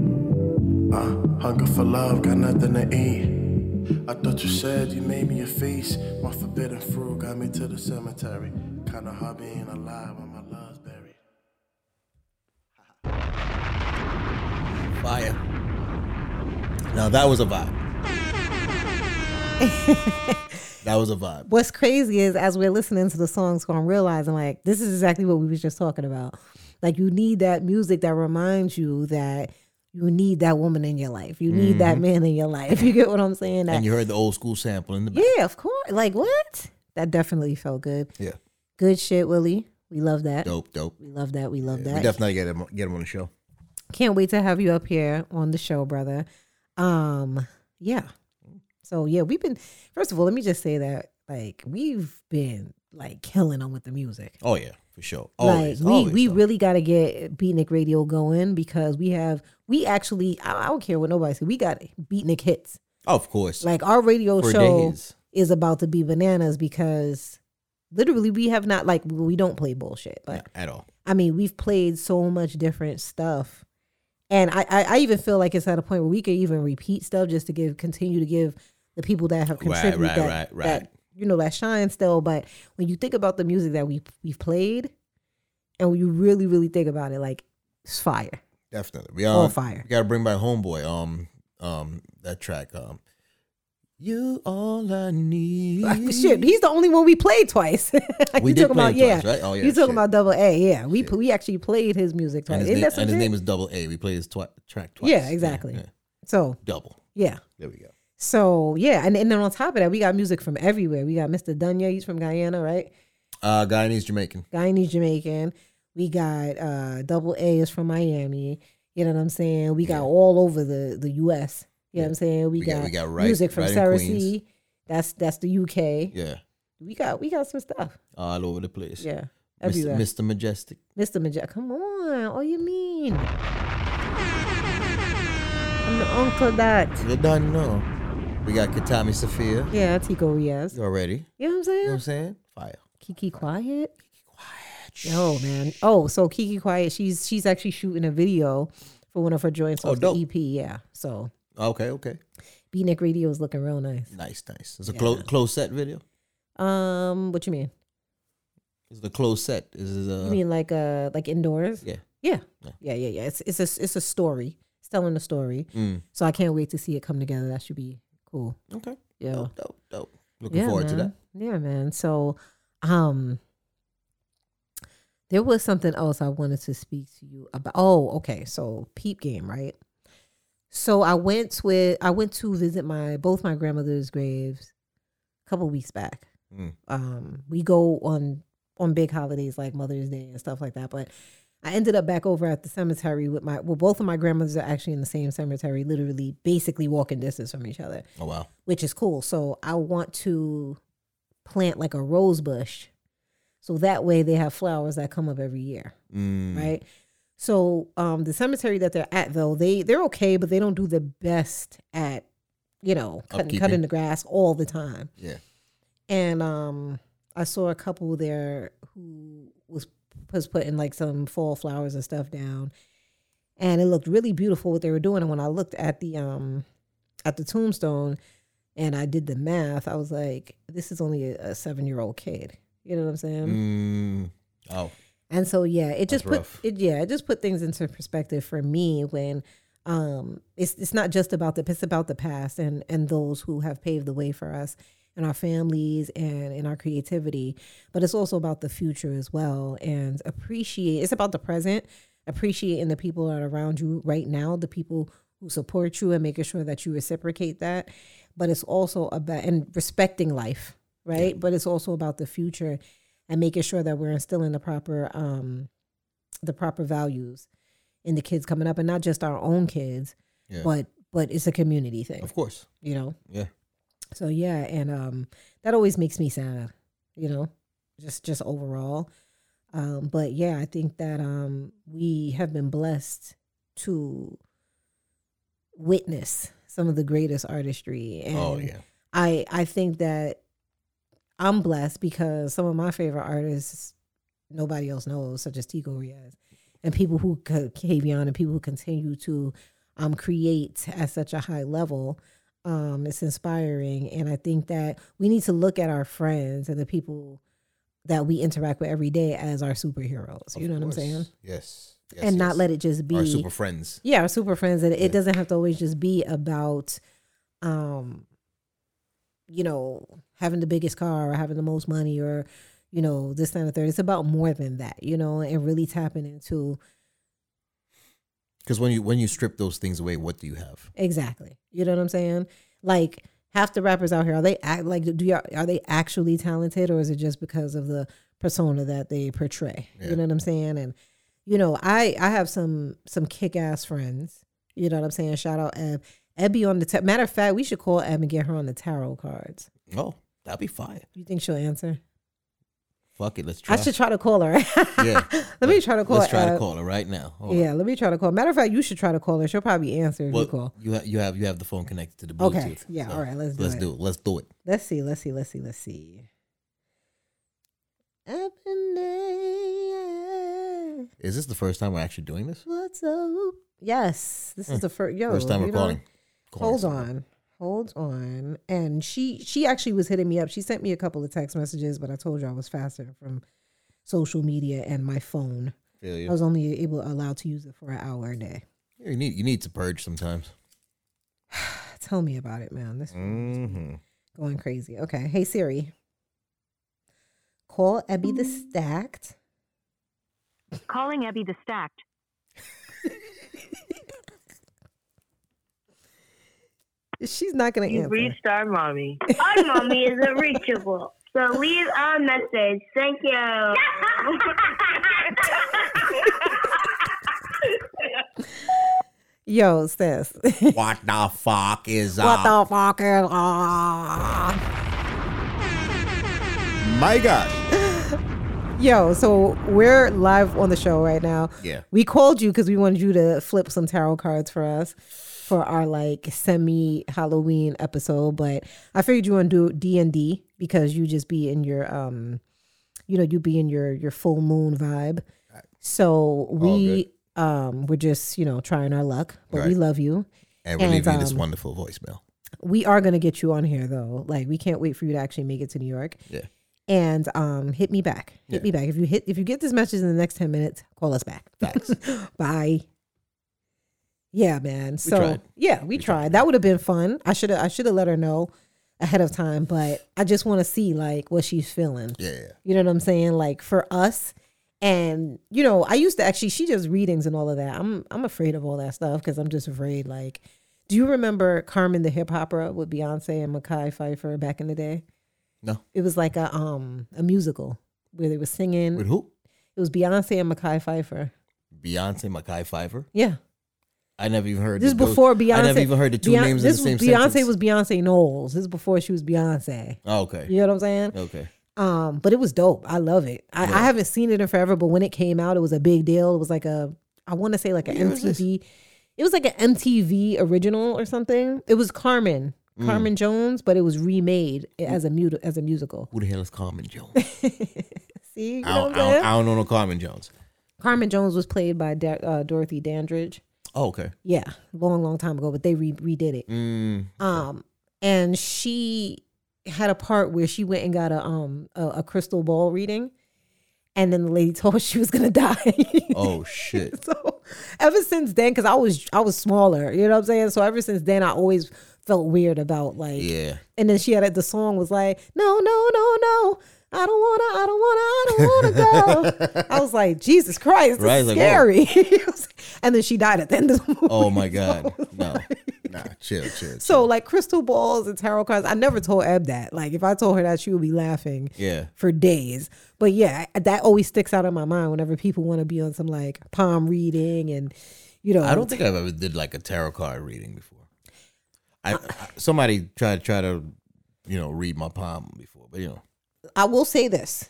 Uh, hunger for love, got nothing to eat. I thought you said you made me a feast. My forbidden fruit got me to the cemetery. Kinda hard being alive when my love's buried. Fire. Now that was a vibe. that was a vibe. what's crazy is as we're listening to the songs, I'm realizing like this is exactly what we was just talking about. Like you need that music that reminds you that you need that woman in your life. You need that man in your life. You get what I'm saying? That Mm-hmm. And you heard the old school sample in the back. yeah, of course. Like what? That definitely felt good. Yeah. Good shit, Willie. We love that. Dope, dope. We love that. We love We that. definitely get him get him on the show. Can't wait to have you up here on the show, brother. Um, yeah. So yeah, we've been. First of all, let me just say that like we've been like killing them with the music. Oh yeah, for sure. Like Always, we, always, we though. really got to get Beatnik Radio going because we have we actually I, I don't care what nobody says we got Beatnik hits of course. like our radio For show days. is about to be bananas because literally we have not like we don't play bullshit like Not at all. I mean, we've played so much different stuff. And I, I, I even feel like it's at a point where we could even repeat stuff just to give continue to give the people that have Right, contributed right, that, right, that, right. you know that shine still. But when you think about the music that we we've played, and when you really really think about it, like it's fire. Definitely. We On all Oh, fire. We gotta bring back homeboy. Um, um, that track. Um, you all I need. Like, shit, he's the only one we played twice. Like, We you did talking play about him yeah, twice, right? Oh, yeah, you talking shit. about double A? Yeah, we pl- we actually played his music and twice. his, Isn't name, that some and his shit? name is Double A. We played his twi- track twice. Yeah, exactly. so Double. yeah. There we go. So yeah, and, and then on top of that, we got music from everywhere. We got Mr. Dunya, he's from Guyana, right? Uh, Guyanese Jamaican. Guyanese Jamaican. We got uh double A is from Miami. You know what I'm saying? We got all over the the US. You know what I'm saying? We, We got- got, we got Wright- music from Wright in Sarah Queens. C. That's that's the UK. Yeah, We got we got some stuff. all over the place. Yeah. Mr. Everywhere. Mr. Majestic. Mr. Majak, come on. All you mean? I'm the uncle that. You don't know. We got Katami Sophia Yeah, Tico Riaz. already. You know what I'm You know what saying? I'm saying? Fire. Kiki Quiet. Quiet. Oh man. Oh, so Kiki Quiet, she's she's actually shooting a video for one of her joint songs, dope. the EP. Yeah. So Okay, okay. Beatnik Radio is looking real nice. Nice, nice. It's a close close set video. Um, what you mean? It's the close set. This is You uh mean like uh like indoors? yeah. Yeah. Yeah, yeah, Mm. yeah. It's it's a it's a story. It's telling a story. So I can't wait to see it come together. That should be cool. Okay. Yeah. Dope, dope, dope. Looking forward to man. that. Yeah, man. So, um, there was something else I wanted to speak to you about. Oh, okay. So peep game, right? So I went with I went to visit my both my grandmother's graves a couple weeks back. Mm. Um, we go on on big holidays like Mother's Day and stuff like that, but. I ended up back over at the cemetery with my well, both of my grandmothers are actually in the same cemetery, literally basically walking distance from each other Oh wow. which is cool. So I want to plant like a rose bush. So that way they have flowers that come up every year, Mm. right? So um the cemetery that they're at though, they they're okay, but they don't do the best at, you know, cutting, Upkeeping. cutting the grass all the time. Yeah. And um I saw a couple there who was was putting like some fall flowers and stuff down. And it looked really beautiful what they were doing. And when I looked at the um at the tombstone and I did the math, I was like, this is only a, a seven year old kid. You know what I'm saying? Mm. Oh. And so yeah, it just That's put rough. it yeah, it just put things into perspective for me when um it's it's not just about the it's about the past and and those who have paved the way for us and our families and in our creativity, but it's also about the future as well and appreciate it's about the present, appreciating the people that are around you right now, the people who support you and making sure that you reciprocate that, but it's also about and respecting life, right? But it's also about the future and making sure that we're instilling the proper um the proper values in the kids coming up and not just our own kids Yeah. but but it's a community thing Of course. you know Yeah. so yeah and um that always makes me sad you know just just overall um but yeah i think that um we have been blessed to witness some of the greatest artistry and Oh yeah. I I think that I'm blessed because some of my favorite artists nobody else knows, such as Tico Riaz, and people who co- Kavion and people who continue to um create at such a high level. Um, it's inspiring, and I think that we need to look at our friends and the people that we interact with every day as our superheroes. you Of know what I'm course. saying? Yes. yes and not yes. let it just be our super friends. yeah, our super friends. And it doesn't have to always just be about, um, you know, having the biggest car or having the most money or, you know, this that, and the third. It's about more than that, you know, and really tapping into Because when you when you strip those things away, what do you have? exactly. You know what I'm saying? Like half the rappers out here are they act like do you, are they actually talented or is it just because of the persona that they portray? Yeah. You know what I'm saying? And you know, I I have some some kick ass friends. You know what I'm saying? Shout out Eb. Eb be on the ta- matter of fact, we should call Eb and get her on the tarot cards. Oh, that'd be fire. You think she'll answer? Fuck it, let's try. I should try to call her. Yeah. let me try to call. let's try to Eb. call her right now. Hold on. Yeah, let me try to call. Matter of fact, you should try to call her. She'll probably answer if Well, you call. you ha- you have you have the phone connected to the Bluetooth. Okay. Yeah. so All right. Let's do let's it. do it. Let's do it. Let's see, let's see, let's see, let's see. Up in the air, Is this the first time we're actually doing this? what's up? Yes, this is the first. Yo, Hmm. first time Oh, we're you know, calling. calling Hold someone. on, hold on. And she she actually was hitting me up. She sent me a couple of text messages, but I told you I was faster from social media and my phone. Feel I you. was only able allowed to use it for an hour a day. You need you need to purge sometimes. Tell me about it, man. This Mm-hmm. going crazy. Okay. Hey Siri. Call Ebby the Stacked. Calling Ebby the Stacked. She's not gonna You answer. reached our mommy. Our mommy is unreachable. So leave a message. Thank you. Yo, sis. what What the fuck is up? the fuck is ah? My God. Yo, so we're live on the show right now. Yeah. We called you because we wanted you to flip some tarot cards for us for our like semi Halloween episode, but I figured you want to do D and D because you just be in your um, you know, you be in your your full moon vibe. So we um we're just you know trying our luck, but we Right. love you. And we're And, leaving you this um, wonderful voicemail. we are going to get you on here though like we can't wait for you to actually make it to new york Yeah. and um hit me back hit Yeah. me back if you hit if you get this message in the next 10 minutes call us back Facts. bye Yeah, man. So tried. yeah, we, tried. That would have been fun. I should have I should have let her know ahead of time, but I just want to see like what she's feeling. Yeah. You know what I'm saying? Like for us and you know, I used to actually she does readings and all of that. I'm I'm afraid of all that stuff cuz I'm just afraid like do you remember Carmen the Hip Hopper with Beyonce and Mackay Pfeiffer back in the day? No. It was like a um a musical where they were singing. With who? It was Beyonce and Mackay Pfeiffer. Beyonce, Mackay Pfeiffer. Yeah. I never even heard This is that those- before Beyonce. I never even heard the two Beyonce- names in the this same was, Beyonce sentence. was Beyonce Knowles. This is before she was Beyonce. Oh, okay. You know what I'm saying? Okay. Um, but it was dope. I love it. I, I haven't seen it in forever, but when it came out, it was a big deal. It was like a, I want to say like an MTV. It was like an MTV original or something. It was Carmen, Carmen Jones, but it was remade as a mut- as a musical. Who the hell is Carmen Jones? I, See, you don't, know what I'm I don't- saying? I don't know no Carmen Jones. Carmen Jones was played by Da- uh, Dorothy Dandridge. Oh, okay. Yeah, long, long time ago, but they re- redid it. Mm, Um, and she had a part where she went and got a um a, a crystal ball reading, and then the lady told her she was gonna die. oh shit. so ever since then, because I was I was smaller, you know what I'm saying. So ever since then, I always felt weird about like. Yeah. And then she had it. The song was like, no, no, no, no. I don't wanna, I don't wanna, I don't wanna go. I was like, Jesus Christ, this Right, is like, whoa. scary. and then she died at the end of the movie. Oh my god. No. Nah. Chill. Chill. chill. So like crystal balls and tarot cards. I never told Eb that. Like if I told her that, she would be laughing Yeah. for days. But yeah, I- that always sticks out in my mind whenever people want to be on some like palm reading and you know. I don't think I've ever did like a tarot card reading before. I, Uh, I somebody tried try to, you know, read my palm before, but you know, I will say this.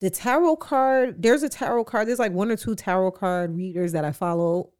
The tarot card, there's a tarot card. There's like one or two tarot card readers that I follow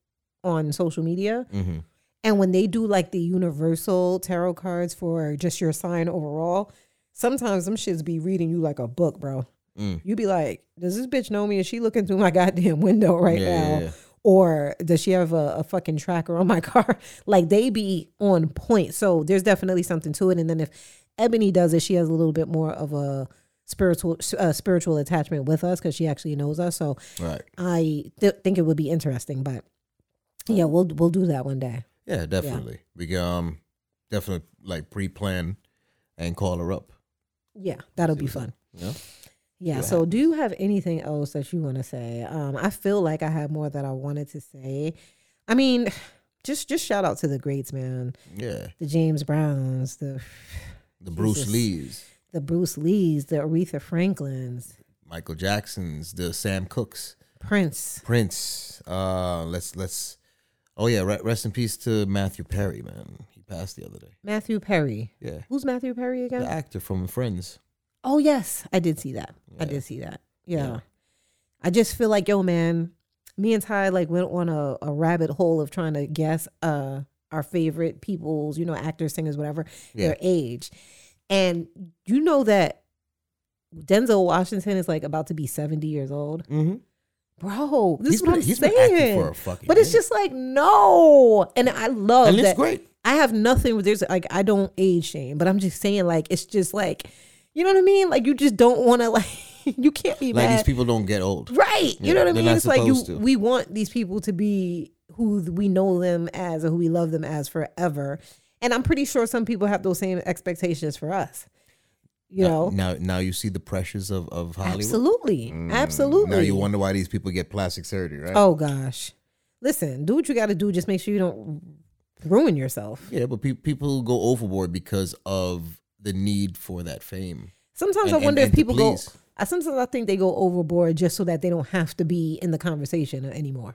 on social media. Mhm. And when they do like the universal tarot cards for just your sign overall, sometimes them shits be reading you like a book, bro. Mm. You be like, does this bitch know me? Is she looking through my goddamn window right Yeah, now? yeah, yeah. Or does she have a, a fucking tracker on my car? like they be on point. So there's definitely something to it. And then if Ebony does it, she has a little bit more of a spiritual uh, spiritual attachment with us because she actually knows us. So right? I th- think it would be interesting. But yeah, we'll we'll do that one day. Yeah, definitely. We can um, definitely like pre-plan and call her up. Yeah, that'll be fun. You know? Yeah. So, do you have anything else that you want to say? Um, I feel like I had more that I wanted to say. I mean, just just shout out to the greats, man. Yeah, The James Browns, the the Bruce Jesus. Lees, the Bruce Lees, the Aretha Franklins, Michael Jacksons, the Sam Cooks, Prince. Prince. Uh, let's let's. Oh yeah, re- rest in peace to Matthew Perry, man. He passed the other day. Matthew Perry. Yeah, Who's Matthew Perry again? the actor from Friends. Oh yes, I did see that. I did see that. Yeah. I just feel like, yo, man, me and Ty like went on a, a rabbit hole of trying to guess uh our favorite people's, you know, actors, singers, whatever, Yeah. their age. And you know that Denzel Washington is like about to be 70 years old. Mm-hmm. Bro, this He's is what been- I'm he's been saying. acting for a fucking but it's minute. just like, no. And I love And it's that- great. I have nothing. There's like I don't age shame, but I'm just saying like it's just like, you know what I mean? Like you just don't want to like you can't be Like mad, these people don't get old. right? Yeah, you know what I they're mean? not It's like you supposed to. we want these people to be who we know them as or who we love them as forever, and I'm pretty sure some people have those same expectations for us. You know, now, now you see the pressures of of Hollywood. absolutely, absolutely. Now you wonder why these people get plastic surgery, right? Oh gosh, listen, do what you got to do. Just make sure you don't ruin yourself. Yeah, but pe- people go overboard because of the need for that fame. Sometimes And- I wonder and- and if to people go. please. I sometimes I think they go overboard just so that they don't have to be in the conversation anymore.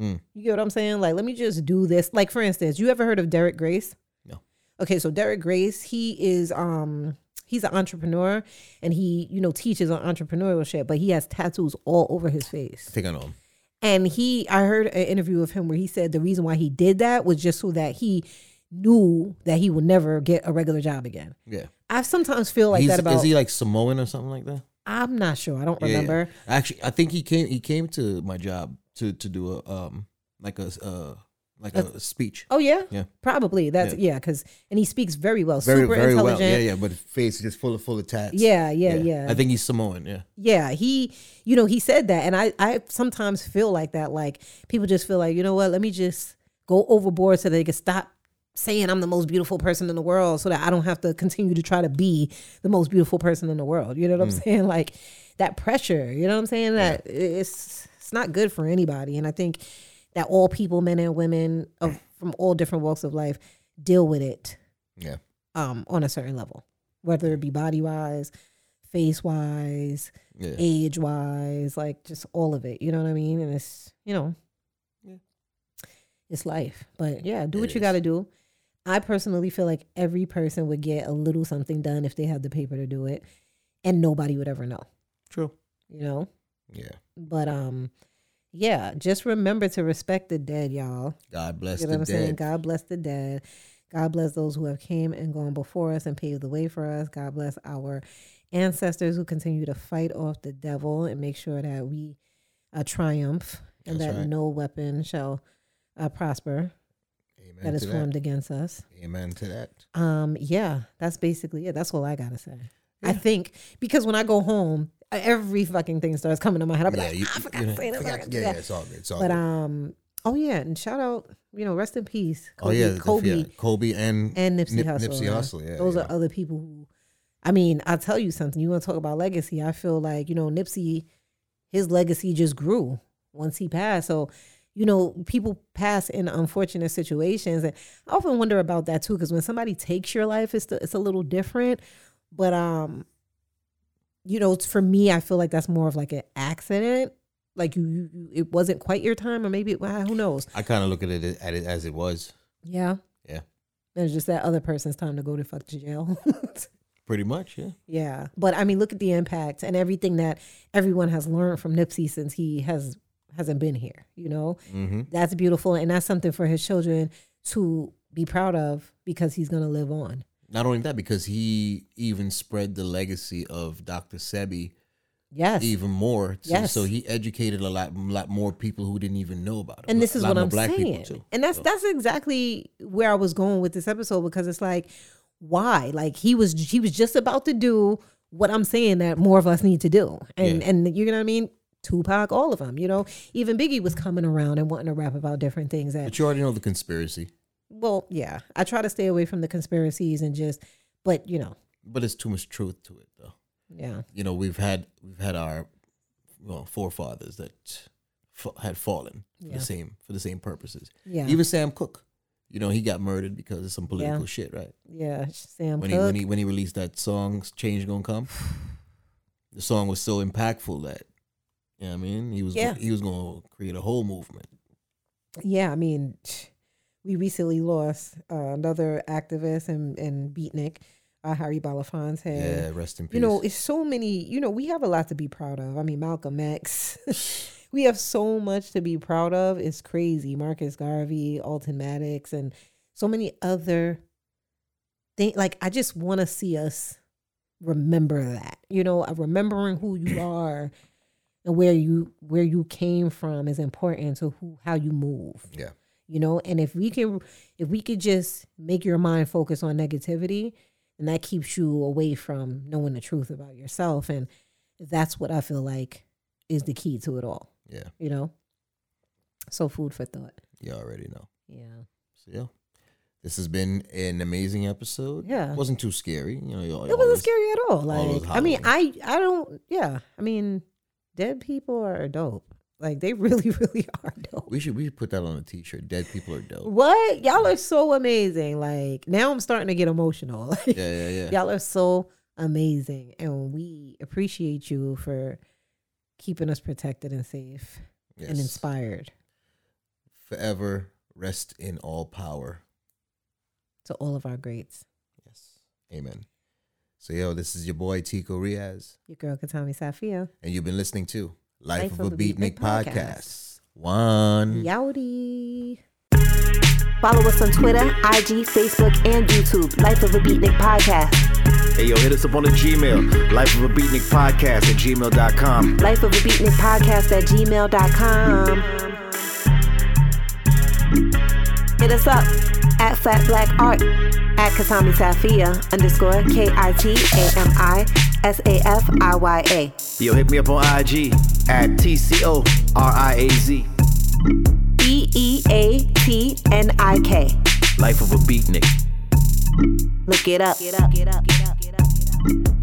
Mm. You get what I'm saying? Like, let me just do this. Like, for instance, you ever heard of Derek Grace? No. Okay, so Derek Grace, he is um he's an entrepreneur and he you know teaches on entrepreneurship, but he has tattoos all over his face. Take on. And he, I heard an interview of him where he said the reason why he did that was just so that he knew that he would never get a regular job again. Yeah. I sometimes feel like He's, that about. is he like Samoan or something like that? I'm not sure. I don't Yeah, yeah. remember. Actually, I think he came he came to my job to to do a um like a uh like a, a speech. Oh yeah, Yeah. probably. That's yeah, because and he speaks very well, super intelligent. Yeah, yeah. But his face is just full of full of tats. Yeah, yeah, yeah. I think he's Samoan. Yeah. Yeah, he, you know, he said that, and I, I sometimes feel like that. Like people just feel like, you know what? Let me just go overboard so they can stop saying I'm the most beautiful person in the world, so that I don't have to continue to try to be the most beautiful person in the world. You know what I'm saying? Like that pressure. You know what I'm saying? That it's it's not good for anybody, and I think that all people, men and women of from all different walks of life, deal with it Yeah. um, on a certain level, whether it be body wise, face wise, Yeah. age wise, like just all of it. You know what I mean? And it's you know, it's life. But yeah, do what you got to do. I personally feel like every person would get a little something done if they had the paper to do it, and nobody would ever know. True. You know. Yeah. But um, yeah, just remember to respect the dead, y'all. God bless You know the what I'm saying? dead. God bless the dead. God bless those who have came and gone before us and paved the way for us. God bless our ancestors who continue to fight off the devil and make sure that we uh, triumph and That's that right. no weapon shall uh, prosper Amen that is to formed against us. Amen to that. Um, yeah, that's basically it. That's all I gotta say. I think because when I go home, e, every fucking thing starts coming to my head. I'm Yeah. like, You, "Ah, I you forgot to know, say that. I forgot- forgot to yeah, do yeah. that." It's all good. It's all But good. um, oh yeah, and shout out, you know, rest in peace. oh Kobe, yeah, the- Kobe yeah, Kobe and and Nipsey Nip- Hussle. Nipsey yeah. Hussle. Yeah. those yeah. are other people who. I mean, I'll tell you something. You want to talk about legacy? I feel like you know Nipsey, his legacy just grew once he passed. So, you know, people pass in unfortunate situations, and I often wonder about that too. Because when somebody takes your life, it's it's a little different. But um, you know, for me, I feel like that's more of like an accident. Like you, you you- it wasn't quite your time, or maybe it, well, who knows? I kind of look at it at it as it was. Yeah, Yeah. it's just that other person's time to go to fuck to jail. Pretty much. Yeah. Yeah, but I mean, look at the impact and everything that everyone has learned from Nipsey since he has hasn't been here. You know, Mm-hmm. that's beautiful, and that's something for his children to be proud of because he's gonna live on. Not only that, because he even spread the legacy of Dr. Sebi Yes, even more. So, Yes. so he educated a lot, lot more people who didn't even know about it. and this A is lot what more I'm saying, and that's So, that's exactly where I was going with this episode because it's like, why? Like he was he was just about to do what I'm saying that more of us need to do, and Yeah. and you know what I mean. Tupac, all of them, you know, even Biggie was coming around and wanting to rap about different things that but you already know the conspiracy. well, yeah, I try to stay away from the conspiracies and just, but you know, But it's too much truth to it, though. yeah, You know, we've had we've had our well, forefathers that fa- had fallen for Yeah. the same for the same purposes. yeah, Even Sam Cooke, you know, he got murdered because of some political shit, right? yeah. Sam when he Cooke, when he when he released that song "Change Gonna Come," the song was so impactful that you know what I mean he was Yeah. he was gonna create a whole movement. yeah. I mean, we recently lost uh, another activist and and beatnik, uh, Harry Belafonte. Yeah, rest in peace. You know, it's so many. You know, we have a lot to be proud of. I mean, Malcolm X. we have so much to be proud of. It's crazy. Marcus Garvey, Alton Maddox, and so many other things. Like, I just want to see us remember that. You know, uh, remembering who you are and where you where you came from is important to who how you move yeah, you know and if we can if we could just make your mind focus on negativity and that keeps you away from knowing the truth about yourself and that's what i feel like is the key to it all yeah, you know so food for thought you already know. yeah So yeah, this has been an amazing episode. Yeah. wasn't too scary. You know, y'all- it y'all wasn't was- scary at all those like i mean i Halloween. i don't yeah i mean dead people are dope like they really really are dope We should we should put that on a t shirt. Dead people are dope. what y'all are so amazing like now i'm starting to get emotional like yeah, yeah, yeah. Y'all are so amazing, and we appreciate you for keeping us protected and safe Yes. and inspired. Forever rest in all power. To all of our greats, Yes, amen. So yo, this is your boy Tico Riaz. your girl Katami Safia. and you've been listening to Life, Life of, a Beatnik, podcast. Podcast. One. Yowdy. Follow us on Twitter, IG, Facebook, and YouTube. Life of a Beatnik Podcast. Hey, yo, hit us up on the Gmail, Life of a Beatnik Podcast at gmail.com. Life of a Beatnik Podcast at gmail.com. us up at Flat Black Art, at Katami Safia underscore K I T A M I S A F I Y A. Yo, hit me up on IG at TCORIAZ. B E A T N I K. Life of a Beatnik. Look it up. Get up, get up, get up, get up, get up, get up.